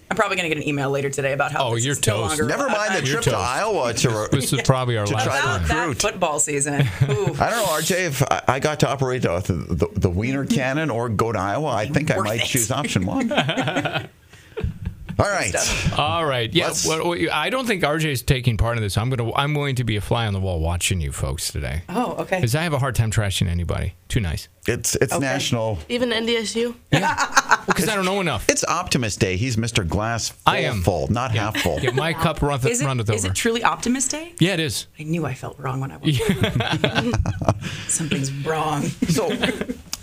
[SPEAKER 3] I'm probably gonna get an email later today about how.
[SPEAKER 8] Oh, you're
[SPEAKER 3] no
[SPEAKER 8] toast.
[SPEAKER 3] longer- Never mind the
[SPEAKER 8] You're
[SPEAKER 3] trip to
[SPEAKER 8] toast.
[SPEAKER 7] Iowa to
[SPEAKER 8] This is probably our
[SPEAKER 7] to
[SPEAKER 8] last
[SPEAKER 7] try to
[SPEAKER 8] one.
[SPEAKER 3] About that football season.
[SPEAKER 7] I don't know, RJ, if I, I got to operate the, the, the wiener cannon or go to Iowa, I think I might choose option one. All right.
[SPEAKER 8] All right. Yeah. well, well, I don't think RJ is taking part in this. I'm gonna. I'm willing to be a fly on the wall watching you folks today.
[SPEAKER 3] Oh, okay.
[SPEAKER 8] Because I have a hard time trashing anybody. Too nice.
[SPEAKER 7] It's it's national.
[SPEAKER 4] Even NDSU.
[SPEAKER 8] Because I don't know enough.
[SPEAKER 7] It's Optimist Day. He's Mr. Glass full
[SPEAKER 8] I am.
[SPEAKER 7] full, not half full.
[SPEAKER 8] Yeah, my cup runneth
[SPEAKER 3] Is it,
[SPEAKER 8] runneth
[SPEAKER 3] is
[SPEAKER 8] over.
[SPEAKER 3] it truly Optimist Day?
[SPEAKER 8] yeah, it is.
[SPEAKER 3] I knew I felt wrong when I was. Something's wrong.
[SPEAKER 7] So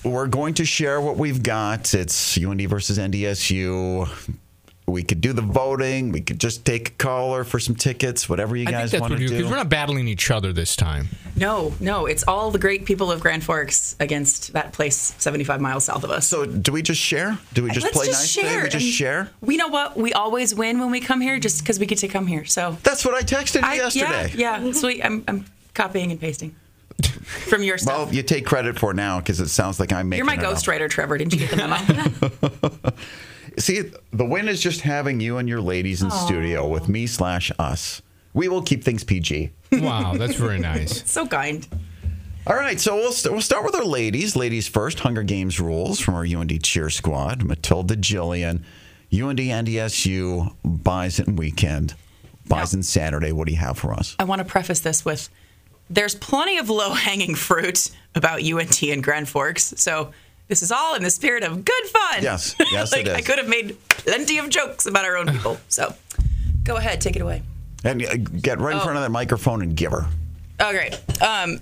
[SPEAKER 7] we're going to share what we've got. It's UND versus NDSU. We could do the voting. We could just take a caller for some tickets, whatever you
[SPEAKER 8] I think
[SPEAKER 7] guys
[SPEAKER 8] that's
[SPEAKER 7] want
[SPEAKER 8] what
[SPEAKER 7] to
[SPEAKER 8] we
[SPEAKER 7] do.
[SPEAKER 8] do because we're not battling each other this time.
[SPEAKER 3] No, no, it's all the great people of Grand Forks against that place 75 miles south of us.
[SPEAKER 7] So do we just share? Do we just
[SPEAKER 3] Let's
[SPEAKER 7] play
[SPEAKER 3] just
[SPEAKER 7] nice today?
[SPEAKER 3] share.
[SPEAKER 7] We just
[SPEAKER 3] And-
[SPEAKER 7] share?
[SPEAKER 3] We know what we always win when we come here, just because we get to come here. So
[SPEAKER 7] that's what I texted you yesterday.
[SPEAKER 3] Yeah, yeah, sweet. I'm, I'm copying and pasting from your stuff.
[SPEAKER 7] Well, you take credit for now because it sounds like I'm
[SPEAKER 3] You're
[SPEAKER 7] making
[SPEAKER 3] my
[SPEAKER 7] it up.
[SPEAKER 3] ghostwriter, Trevor. Didn't you get the memo?
[SPEAKER 7] See, the win is just having you and your ladies in
[SPEAKER 3] Aw.
[SPEAKER 7] studio with me slash us. We will keep things PG.
[SPEAKER 8] Wow, that's very nice.
[SPEAKER 3] so kind.
[SPEAKER 7] All right, so we'll, st- we'll start with our ladies. Ladies first, Hunger Games rules from our UND cheer squad. Matilda Jillian, UND NDSU, Bison weekend, Bison Saturday. What do you have for us?
[SPEAKER 3] I want to preface this with there's plenty of low hanging fruit about UNT and Grand Forks. So this is all in the spirit of good fun.
[SPEAKER 7] Yes, yes,
[SPEAKER 3] like,
[SPEAKER 7] it is.
[SPEAKER 3] I could have made plenty of jokes about our own people. So go ahead, take it away.
[SPEAKER 7] And uh, get right in
[SPEAKER 3] Oh.
[SPEAKER 7] front of that microphone and give her.
[SPEAKER 3] Oh, great. Um,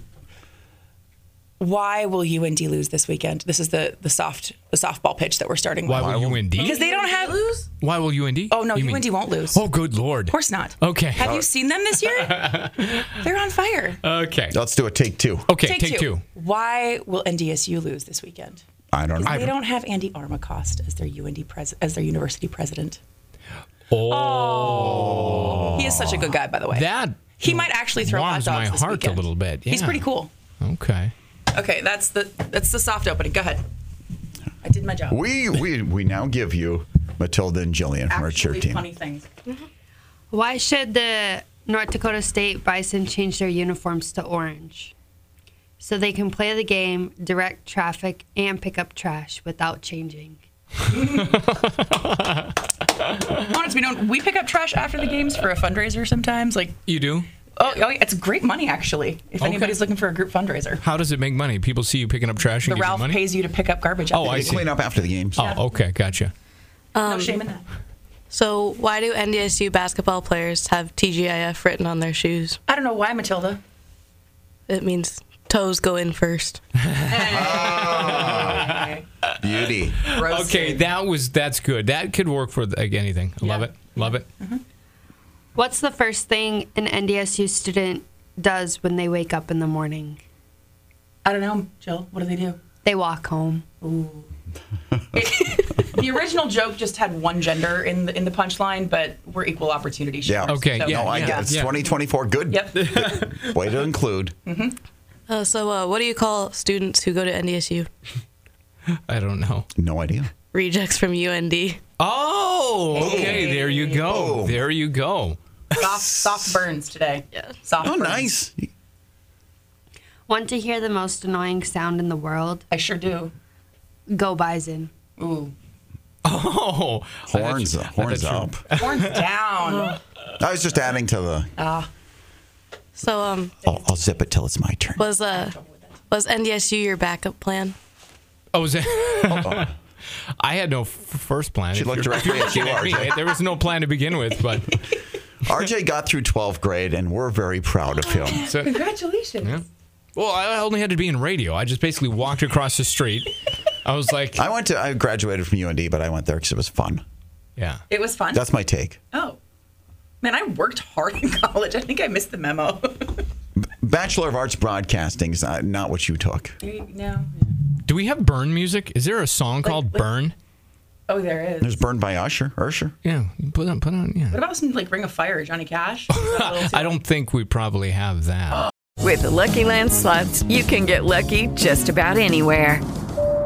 [SPEAKER 3] why will UND lose this weekend? This is the the soft the softball pitch that we're starting.
[SPEAKER 8] Why
[SPEAKER 3] with.
[SPEAKER 8] will UND?
[SPEAKER 3] Because they don't have. Lose?
[SPEAKER 8] Why will UND?
[SPEAKER 3] Oh no,
[SPEAKER 8] You mean-
[SPEAKER 3] UND won't lose.
[SPEAKER 8] Oh, good lord. Of
[SPEAKER 3] course not.
[SPEAKER 8] Okay.
[SPEAKER 3] Have you seen them this year? They're on fire.
[SPEAKER 8] Okay.
[SPEAKER 7] Let's do a take two.
[SPEAKER 8] Okay, take, two.
[SPEAKER 3] Why will NDSU lose this weekend?
[SPEAKER 7] I don't know.
[SPEAKER 3] Because they don't have Andy Armacost as their UND pres- as their university president.
[SPEAKER 8] Oh.
[SPEAKER 3] He is such a good guy, by the way.
[SPEAKER 8] That
[SPEAKER 3] He might actually throw hot
[SPEAKER 8] warms
[SPEAKER 3] dogs
[SPEAKER 8] my
[SPEAKER 3] this
[SPEAKER 8] heart
[SPEAKER 3] weekend.
[SPEAKER 8] a little bit.
[SPEAKER 3] He's
[SPEAKER 8] yeah.
[SPEAKER 3] pretty cool.
[SPEAKER 8] Okay.
[SPEAKER 3] Okay, that's the that's the soft opening. Go ahead. I did my job.
[SPEAKER 7] We, we, we now give you Matilda and Jillian from our cheer
[SPEAKER 11] Actually
[SPEAKER 7] team.
[SPEAKER 11] funny
[SPEAKER 3] things.
[SPEAKER 11] Why should the North Dakota State Bison change their uniforms to orange? So they can play the game, direct traffic, and pick up trash without changing.
[SPEAKER 3] I want it to be known. We pick up trash after the games for a fundraiser sometimes. Like
[SPEAKER 8] You do?
[SPEAKER 3] oh, oh yeah, it's great money actually. If
[SPEAKER 8] Okay.
[SPEAKER 3] anybody's looking for a group fundraiser,
[SPEAKER 8] How does it make money? People see you picking up trash and
[SPEAKER 3] the
[SPEAKER 8] give you
[SPEAKER 3] Ralph
[SPEAKER 8] money?
[SPEAKER 3] pays you to pick up garbage.
[SPEAKER 8] Oh,
[SPEAKER 3] after
[SPEAKER 8] I
[SPEAKER 3] the
[SPEAKER 8] see.
[SPEAKER 3] game.
[SPEAKER 7] Clean up after the games.
[SPEAKER 8] Oh, okay. Gotcha.
[SPEAKER 3] no shame in that.
[SPEAKER 4] Um, So why do NDSU basketball players have TGIF written on their shoes?
[SPEAKER 3] I don't know why, Matilda.
[SPEAKER 4] It means toes go in first.
[SPEAKER 7] Beauty.
[SPEAKER 8] Okay, that was that's good. That could work for like anything. I Love it. Love it.
[SPEAKER 11] What's the first thing an NDSU student does when they wake up in the morning?
[SPEAKER 3] I don't know, Jill. What do they do?
[SPEAKER 11] They walk home.
[SPEAKER 3] Ooh. the original joke just had one gender in the in the punchline, but we're equal opportunity.
[SPEAKER 7] Yeah.
[SPEAKER 3] sharers, so-
[SPEAKER 7] No, I get it. It's 2024. Good. Yep. Way to include.
[SPEAKER 4] Uh, so uh, what do you call students who go to NDSU?
[SPEAKER 8] I don't know.
[SPEAKER 7] No idea.
[SPEAKER 4] Rejects from UND.
[SPEAKER 8] Oh, okay. There you go. There you go.
[SPEAKER 3] Soft, soft burns today. Soft.
[SPEAKER 7] Oh,
[SPEAKER 3] burns.
[SPEAKER 11] Want to hear the most annoying sound in the world?
[SPEAKER 3] I sure do.
[SPEAKER 11] Go Bison.
[SPEAKER 3] Ooh.
[SPEAKER 8] Oh,
[SPEAKER 7] horns, horns up.
[SPEAKER 3] Horns down.
[SPEAKER 7] I was just adding to the.
[SPEAKER 3] Ah.
[SPEAKER 4] So um,
[SPEAKER 7] I'll, I'll zip it till it's my turn.
[SPEAKER 4] was uh, was NDSU your backup plan?
[SPEAKER 8] Oh, was that? I had no f- first plan.
[SPEAKER 7] She
[SPEAKER 8] If
[SPEAKER 7] looked
[SPEAKER 8] you're- if
[SPEAKER 7] directly
[SPEAKER 8] you're
[SPEAKER 7] at you,
[SPEAKER 8] looking me,
[SPEAKER 7] RJ.
[SPEAKER 8] There was no plan to begin with, but
[SPEAKER 7] RJ got through 12th grade, and we're very proud of him.
[SPEAKER 3] Congratulations.
[SPEAKER 8] Well, I only had to be in radio. I just basically walked across the street. I was like,
[SPEAKER 7] I went to, I graduated from UND, but I went there because it was fun.
[SPEAKER 8] Yeah.
[SPEAKER 3] It was fun.
[SPEAKER 7] That's my take.
[SPEAKER 3] Oh. Man, I worked hard in college. I think I missed the memo.
[SPEAKER 7] Bachelor of Arts Broadcasting is not, not what you took.
[SPEAKER 3] no.
[SPEAKER 8] Do we have burn music? Is there a song called Burn?
[SPEAKER 3] Oh, there is.
[SPEAKER 7] There's Burned by Usher. Usher.
[SPEAKER 8] Yeah. Put on, put on, yeah.
[SPEAKER 3] What about some like Ring of Fire, Johnny Cash?
[SPEAKER 8] I don't think we probably have that.
[SPEAKER 15] With the Lucky Land slots, you can get lucky just about anywhere.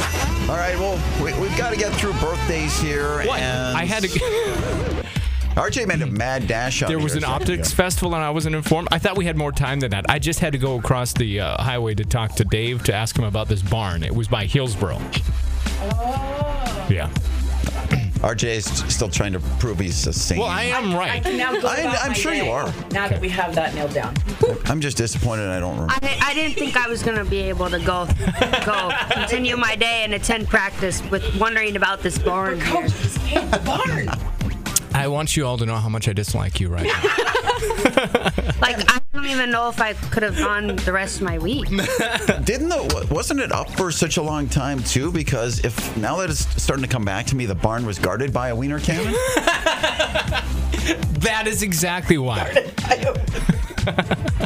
[SPEAKER 7] All right, well, we, we've got to get through birthdays here.
[SPEAKER 8] What?
[SPEAKER 7] And
[SPEAKER 8] I had to-
[SPEAKER 7] RJ made a mad dash out
[SPEAKER 8] There
[SPEAKER 7] here
[SPEAKER 8] was
[SPEAKER 7] a
[SPEAKER 8] an
[SPEAKER 7] second
[SPEAKER 8] optics
[SPEAKER 7] ago.
[SPEAKER 8] festival, and I wasn't informed. I thought we had more time than that. I just had to go across the uh, highway to talk to Dave to ask him about this barn. It was by Hillsboro. Yeah.
[SPEAKER 7] RJ's t- still trying to prove he's a saint.
[SPEAKER 8] Well, I am
[SPEAKER 3] I
[SPEAKER 8] right.
[SPEAKER 3] can now go
[SPEAKER 7] I-
[SPEAKER 3] about
[SPEAKER 7] I'm
[SPEAKER 3] my
[SPEAKER 7] sure you
[SPEAKER 3] day
[SPEAKER 7] are.
[SPEAKER 3] Now that we have that nailed down.
[SPEAKER 7] I'm just disappointed I don't remember.
[SPEAKER 11] I, I didn't think I was gonna be able to go go continue my day and attend practice with wondering about this barn. here.
[SPEAKER 8] I want you all to know how much I dislike you right now.
[SPEAKER 11] Like I don't even know if I could have gone the rest of my week.
[SPEAKER 7] Didn't the wa- wasn't it up for such a long time too? Because if now that it's starting to come back to me, the barn was guarded by a wiener cannon.
[SPEAKER 8] that is exactly why.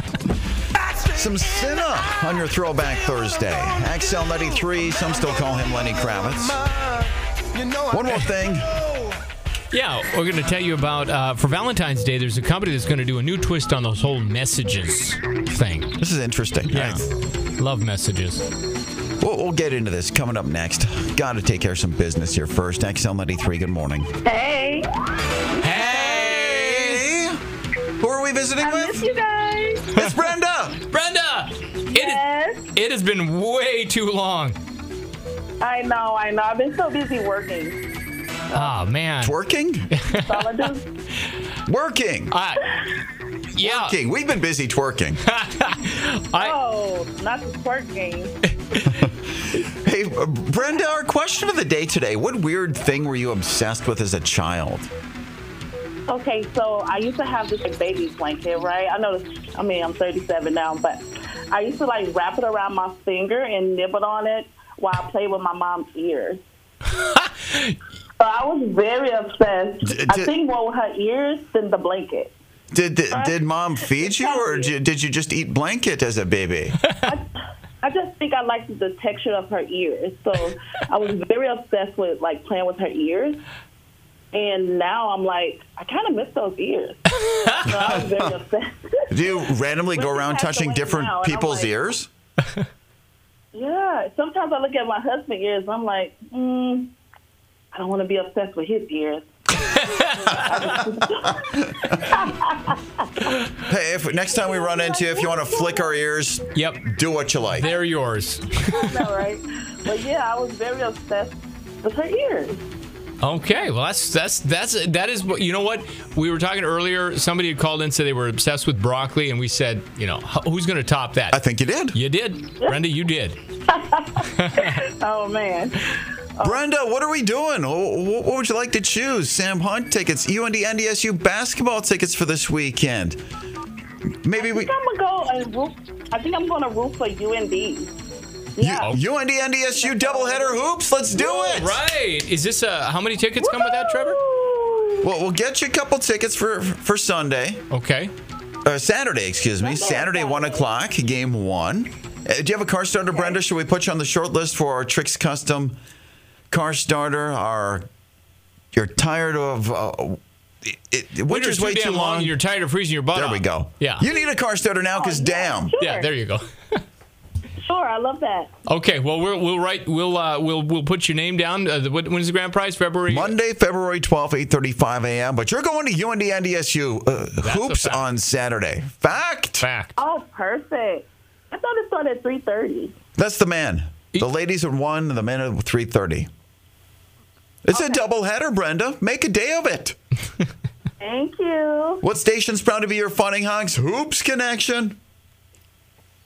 [SPEAKER 7] Some Cinna on your Throwback Thursday. XL 93, some still call him Lenny Kravitz. One more thing.
[SPEAKER 8] Yeah, we're going to tell you about uh, for Valentine's Day. There's a company that's going to do a new twist on those whole messages thing.
[SPEAKER 7] This is interesting.
[SPEAKER 8] Yeah, love messages.
[SPEAKER 7] We'll, we'll get into this coming up next. Got to take care of some business here first. XL93, good morning.
[SPEAKER 18] Hey.
[SPEAKER 7] Hey. Who are we visiting
[SPEAKER 18] I
[SPEAKER 7] with?
[SPEAKER 18] miss you guys.
[SPEAKER 7] It's Brenda.
[SPEAKER 8] Brenda. It,
[SPEAKER 18] yes.
[SPEAKER 8] it has been way too long.
[SPEAKER 18] I know, I know. I've been so busy working.
[SPEAKER 8] Oh, man.
[SPEAKER 7] Working?
[SPEAKER 18] That's all I do.
[SPEAKER 7] Working.
[SPEAKER 8] Uh, yeah.
[SPEAKER 7] Working. We've been busy twerking.
[SPEAKER 18] oh, not the twerk game.
[SPEAKER 7] hey, uh, Brenda, our question of the day today what weird thing were you obsessed with as a child?
[SPEAKER 18] Okay, so I used to have this like, baby blanket, right? I know, this, I mean, I'm 37 now, but I used to like wrap it around my finger and nibble on it while I played with my mom's ears. so I was very obsessed.
[SPEAKER 7] D- d-
[SPEAKER 18] I think more with her ears than the blanket.
[SPEAKER 7] Did, did,
[SPEAKER 18] Uh,
[SPEAKER 7] did mom feed you, or did you, did you just eat blanket as a baby?
[SPEAKER 18] I just think I liked the texture of her ears. So I was very obsessed with like playing with her ears. And now I'm like, I kind of miss those ears. So I was very obsessed.
[SPEAKER 7] Do you randomly go around
[SPEAKER 18] passed
[SPEAKER 7] touching
[SPEAKER 18] away
[SPEAKER 7] different
[SPEAKER 18] now, and I'm
[SPEAKER 7] people's
[SPEAKER 18] like-
[SPEAKER 7] ears?
[SPEAKER 18] Yeah. Sometimes I look at my husband's ears and I'm like, mm, I don't want to be obsessed with his ears.
[SPEAKER 7] Hey, if next time we run into you, if you want to flick our ears,
[SPEAKER 8] yep,
[SPEAKER 7] do what you like.
[SPEAKER 8] They're yours.
[SPEAKER 18] I know, right? But yeah, I was very obsessed with her ears.
[SPEAKER 8] Okay, well that's that's that's that is what you know what we were talking earlier. Somebody had called in said they were obsessed with broccoli, and we said, you know, "H- who's going to top that? I
[SPEAKER 7] think you did.
[SPEAKER 8] You did, Brenda. You did.
[SPEAKER 18] Oh, man.
[SPEAKER 7] Brenda, what are we doing? Oh, wh- What would you like to choose? Sam Hunt tickets, UND NDSU basketball tickets for this weekend. Maybe we.
[SPEAKER 18] I'm going to go and root. I think I'm going to root for UND.
[SPEAKER 8] Oh.
[SPEAKER 18] Yeah.
[SPEAKER 7] U- UND NDSU doubleheader hoops. Let's do it.
[SPEAKER 8] Right? Is this a how many tickets come with that, Trevor?
[SPEAKER 7] Well, we'll get you a couple tickets for for Sunday.
[SPEAKER 8] Okay.
[SPEAKER 7] Uh, Saturday, excuse me. Saturday, one o'clock, game one. Uh, do you have a car starter, Brenda? Should we put you on the short list for our Tricks Custom car starter? Our you're tired of uh, it, it, winter's,
[SPEAKER 8] Winter's
[SPEAKER 7] way
[SPEAKER 8] too damn
[SPEAKER 7] too
[SPEAKER 8] long
[SPEAKER 7] long.
[SPEAKER 8] and you're tired of freezing your butt
[SPEAKER 7] There we
[SPEAKER 8] off.
[SPEAKER 7] go.
[SPEAKER 8] Yeah.
[SPEAKER 7] You need a car starter now, cause damn.
[SPEAKER 8] Yeah, there you go.
[SPEAKER 18] Sure, I love that.
[SPEAKER 8] Okay, well we're, we'll write we'll uh, we'll we'll put your name down. Uh, the- what, when's the grand prize? February.
[SPEAKER 7] Monday, February 12th, 8.35 a.m. But you're going to UND NDSU uh, hoops on Saturday. Fact.
[SPEAKER 8] Fact.
[SPEAKER 18] Oh, perfect. I thought it started at 3.30.
[SPEAKER 7] That's the man.
[SPEAKER 8] E-
[SPEAKER 7] The ladies at 1 and the men at 3.30. It's a double header, Brenda. Make a day of it.
[SPEAKER 18] Thank you.
[SPEAKER 7] What station's proud to be your Funning Hogs Hoops Connection?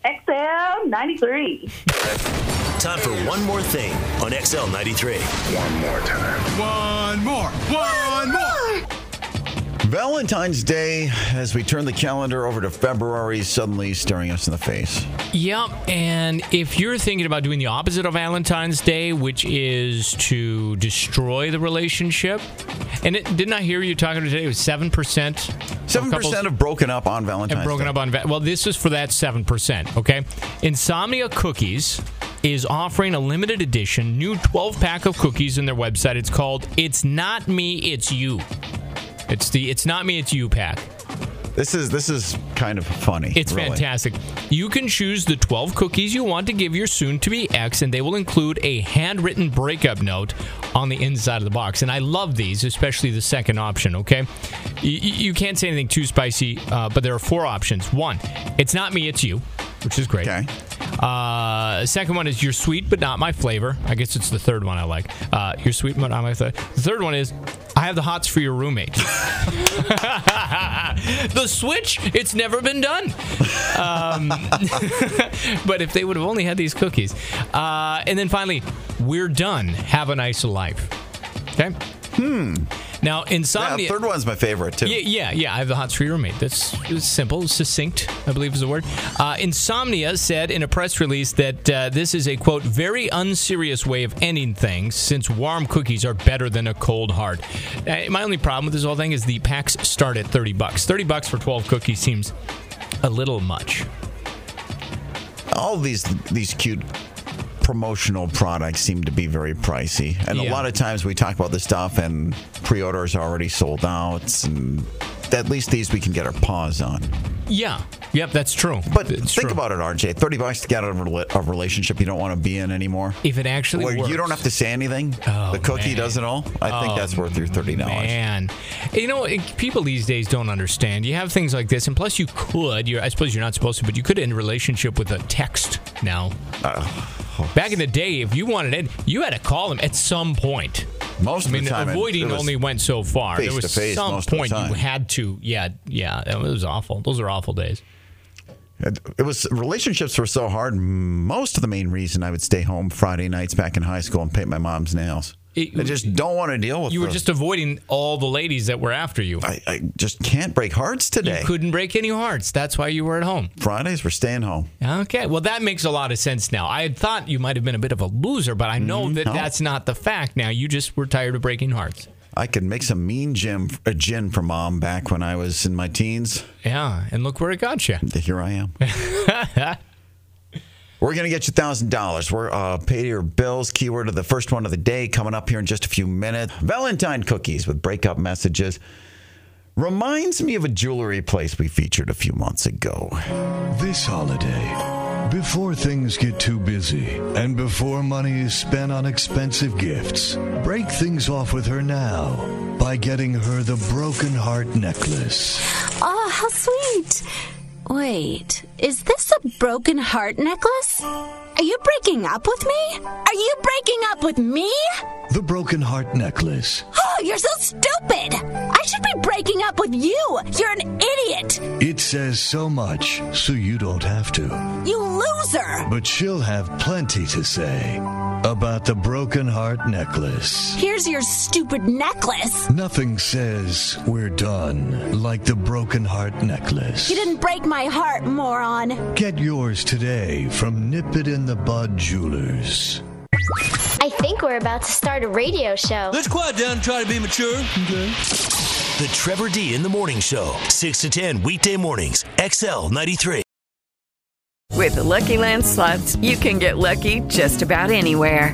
[SPEAKER 18] XL 93.
[SPEAKER 1] Time for one more thing on XL93. One more time.
[SPEAKER 7] One more. One more. Valentine's Day, as we turn the calendar over to February, is suddenly staring us in the face.
[SPEAKER 8] Yep. And if you're thinking about doing the opposite of Valentine's Day, which is to destroy the relationship, and it, didn't I hear you talking today? It was seven percent.
[SPEAKER 7] Seven percent have broken up on Valentine's.
[SPEAKER 8] have broken
[SPEAKER 7] Day.
[SPEAKER 8] up on. va- Well, this is for that seven percent. Okay. Insomnia Cookies is offering a limited edition new 12 pack of cookies in their website. It's called "It's Not Me, It's You." It's the "It's Not Me, It's You" pack.
[SPEAKER 7] This is this is kind of funny.
[SPEAKER 8] It's
[SPEAKER 7] really.
[SPEAKER 8] fantastic. You can choose the 12 cookies you want to give your soon to be ex, and they will include a handwritten breakup note on the inside of the box. And I love these, especially the second option, okay? Y- y- You can't say anything too spicy, uh, but there are four options. One, it's not me, it's you, which is great. Okay. Uh, second one is you're sweet but not my flavor. I guess it's the third one I like. Uh, you're sweet but not my flavor. The third one is I have the hots for your roommate. the switch it's never been done um, but if they would have only had these cookies uh, and then finally we're done have a nice life okay hmm now
[SPEAKER 7] Yeah,
[SPEAKER 8] insomnia
[SPEAKER 7] third one's my favorite too.
[SPEAKER 8] yeah, yeah, yeah. I have the hot street roommate. That's it's simple, succinct, I believe is the word. Uh, Insomnia said in a press release that uh, this is a quote very unserious way of ending things, since warm cookies are better than a cold heart. Uh, my only problem with this whole thing is the packs start at thirty bucks. Thirty bucks for twelve cookies seems a little much.
[SPEAKER 7] All these these cute promotional products seem to be very pricey, and a
[SPEAKER 8] Yeah.
[SPEAKER 7] lot of times we talk about this stuff and pre-orders are already sold out, and at least these we can get our paws on.
[SPEAKER 8] Yeah. Yep, that's true.
[SPEAKER 7] But think about it, RJ. Thirty bucks to get out of a rela- a relationship you don't want to be in anymore.
[SPEAKER 8] If it actually
[SPEAKER 7] where you
[SPEAKER 8] works. Oh,
[SPEAKER 7] don't have to say anything, the cookie
[SPEAKER 8] man.
[SPEAKER 7] does it all. I
[SPEAKER 8] Oh,
[SPEAKER 7] think that's worth your thirty dollars.
[SPEAKER 8] Man, you know, it, people these days don't understand. You have things like this, and plus, you could. You're, I suppose you're not supposed to, but you could end a relationship with a text now. Back in the day, if you wanted it, you had to call them at some point.
[SPEAKER 7] Most
[SPEAKER 8] I mean,
[SPEAKER 7] of the time, it-
[SPEAKER 8] avoiding
[SPEAKER 7] it was
[SPEAKER 8] only went so far. there was
[SPEAKER 7] face-to-face
[SPEAKER 8] some
[SPEAKER 7] most of the
[SPEAKER 8] point
[SPEAKER 7] time.
[SPEAKER 8] you had to. Yeah, yeah, that was awful. Those are awful days.
[SPEAKER 7] It it was relationships were so hard. Most of the main reason I would stay home Friday nights back in high school and paint my mom's nails. I just don't want to deal with.
[SPEAKER 8] You were
[SPEAKER 7] the-
[SPEAKER 8] just avoiding all the ladies that were after you.
[SPEAKER 7] I, I just can't break hearts today.
[SPEAKER 8] You couldn't break any hearts. That's why you were at home.
[SPEAKER 7] Fridays were staying home.
[SPEAKER 8] Okay, well that makes a lot of sense now. I had thought you might have been a bit of a loser, but I know that
[SPEAKER 7] no.
[SPEAKER 8] that's not the fact. Now you just were tired of breaking hearts.
[SPEAKER 7] I could make some mean gin, a gin for mom back when I was in my teens.
[SPEAKER 8] Yeah, and look where it got you.
[SPEAKER 7] Here I am. We're going to get you $1,000. We're uh, pay your bills. Keyword of the first one of the day coming up here in just a few minutes. Valentine cookies with breakup messages. Reminds me of a jewelry place we featured a few months ago.
[SPEAKER 22] This holiday, before things get too busy and before money is spent on expensive gifts, break things off with her now by getting her the Broken Heart Necklace.
[SPEAKER 5] Oh, how sweet. Wait, is this a broken heart necklace? Are you breaking up with me? Are you breaking up with me?
[SPEAKER 22] The Broken Heart Necklace.
[SPEAKER 5] Oh, you're so stupid. I should be breaking up with you. You're an idiot.
[SPEAKER 22] It says so much, so you don't have to.
[SPEAKER 5] You loser.
[SPEAKER 22] But she'll have plenty to say about the Broken Heart Necklace.
[SPEAKER 5] Here's your stupid necklace.
[SPEAKER 22] Nothing says we're done like the broken heart necklace.
[SPEAKER 5] You didn't break my heart, moron.
[SPEAKER 22] Get yours today from Nip It in the Bud Jewelers.
[SPEAKER 23] I think we're about to start a radio show.
[SPEAKER 1] Let's quiet down and try to be mature. The Trevor D in the Morning Show, 6 to 10 weekday mornings, XL 93.
[SPEAKER 15] With the Lucky Land slots, you can get lucky just about anywhere.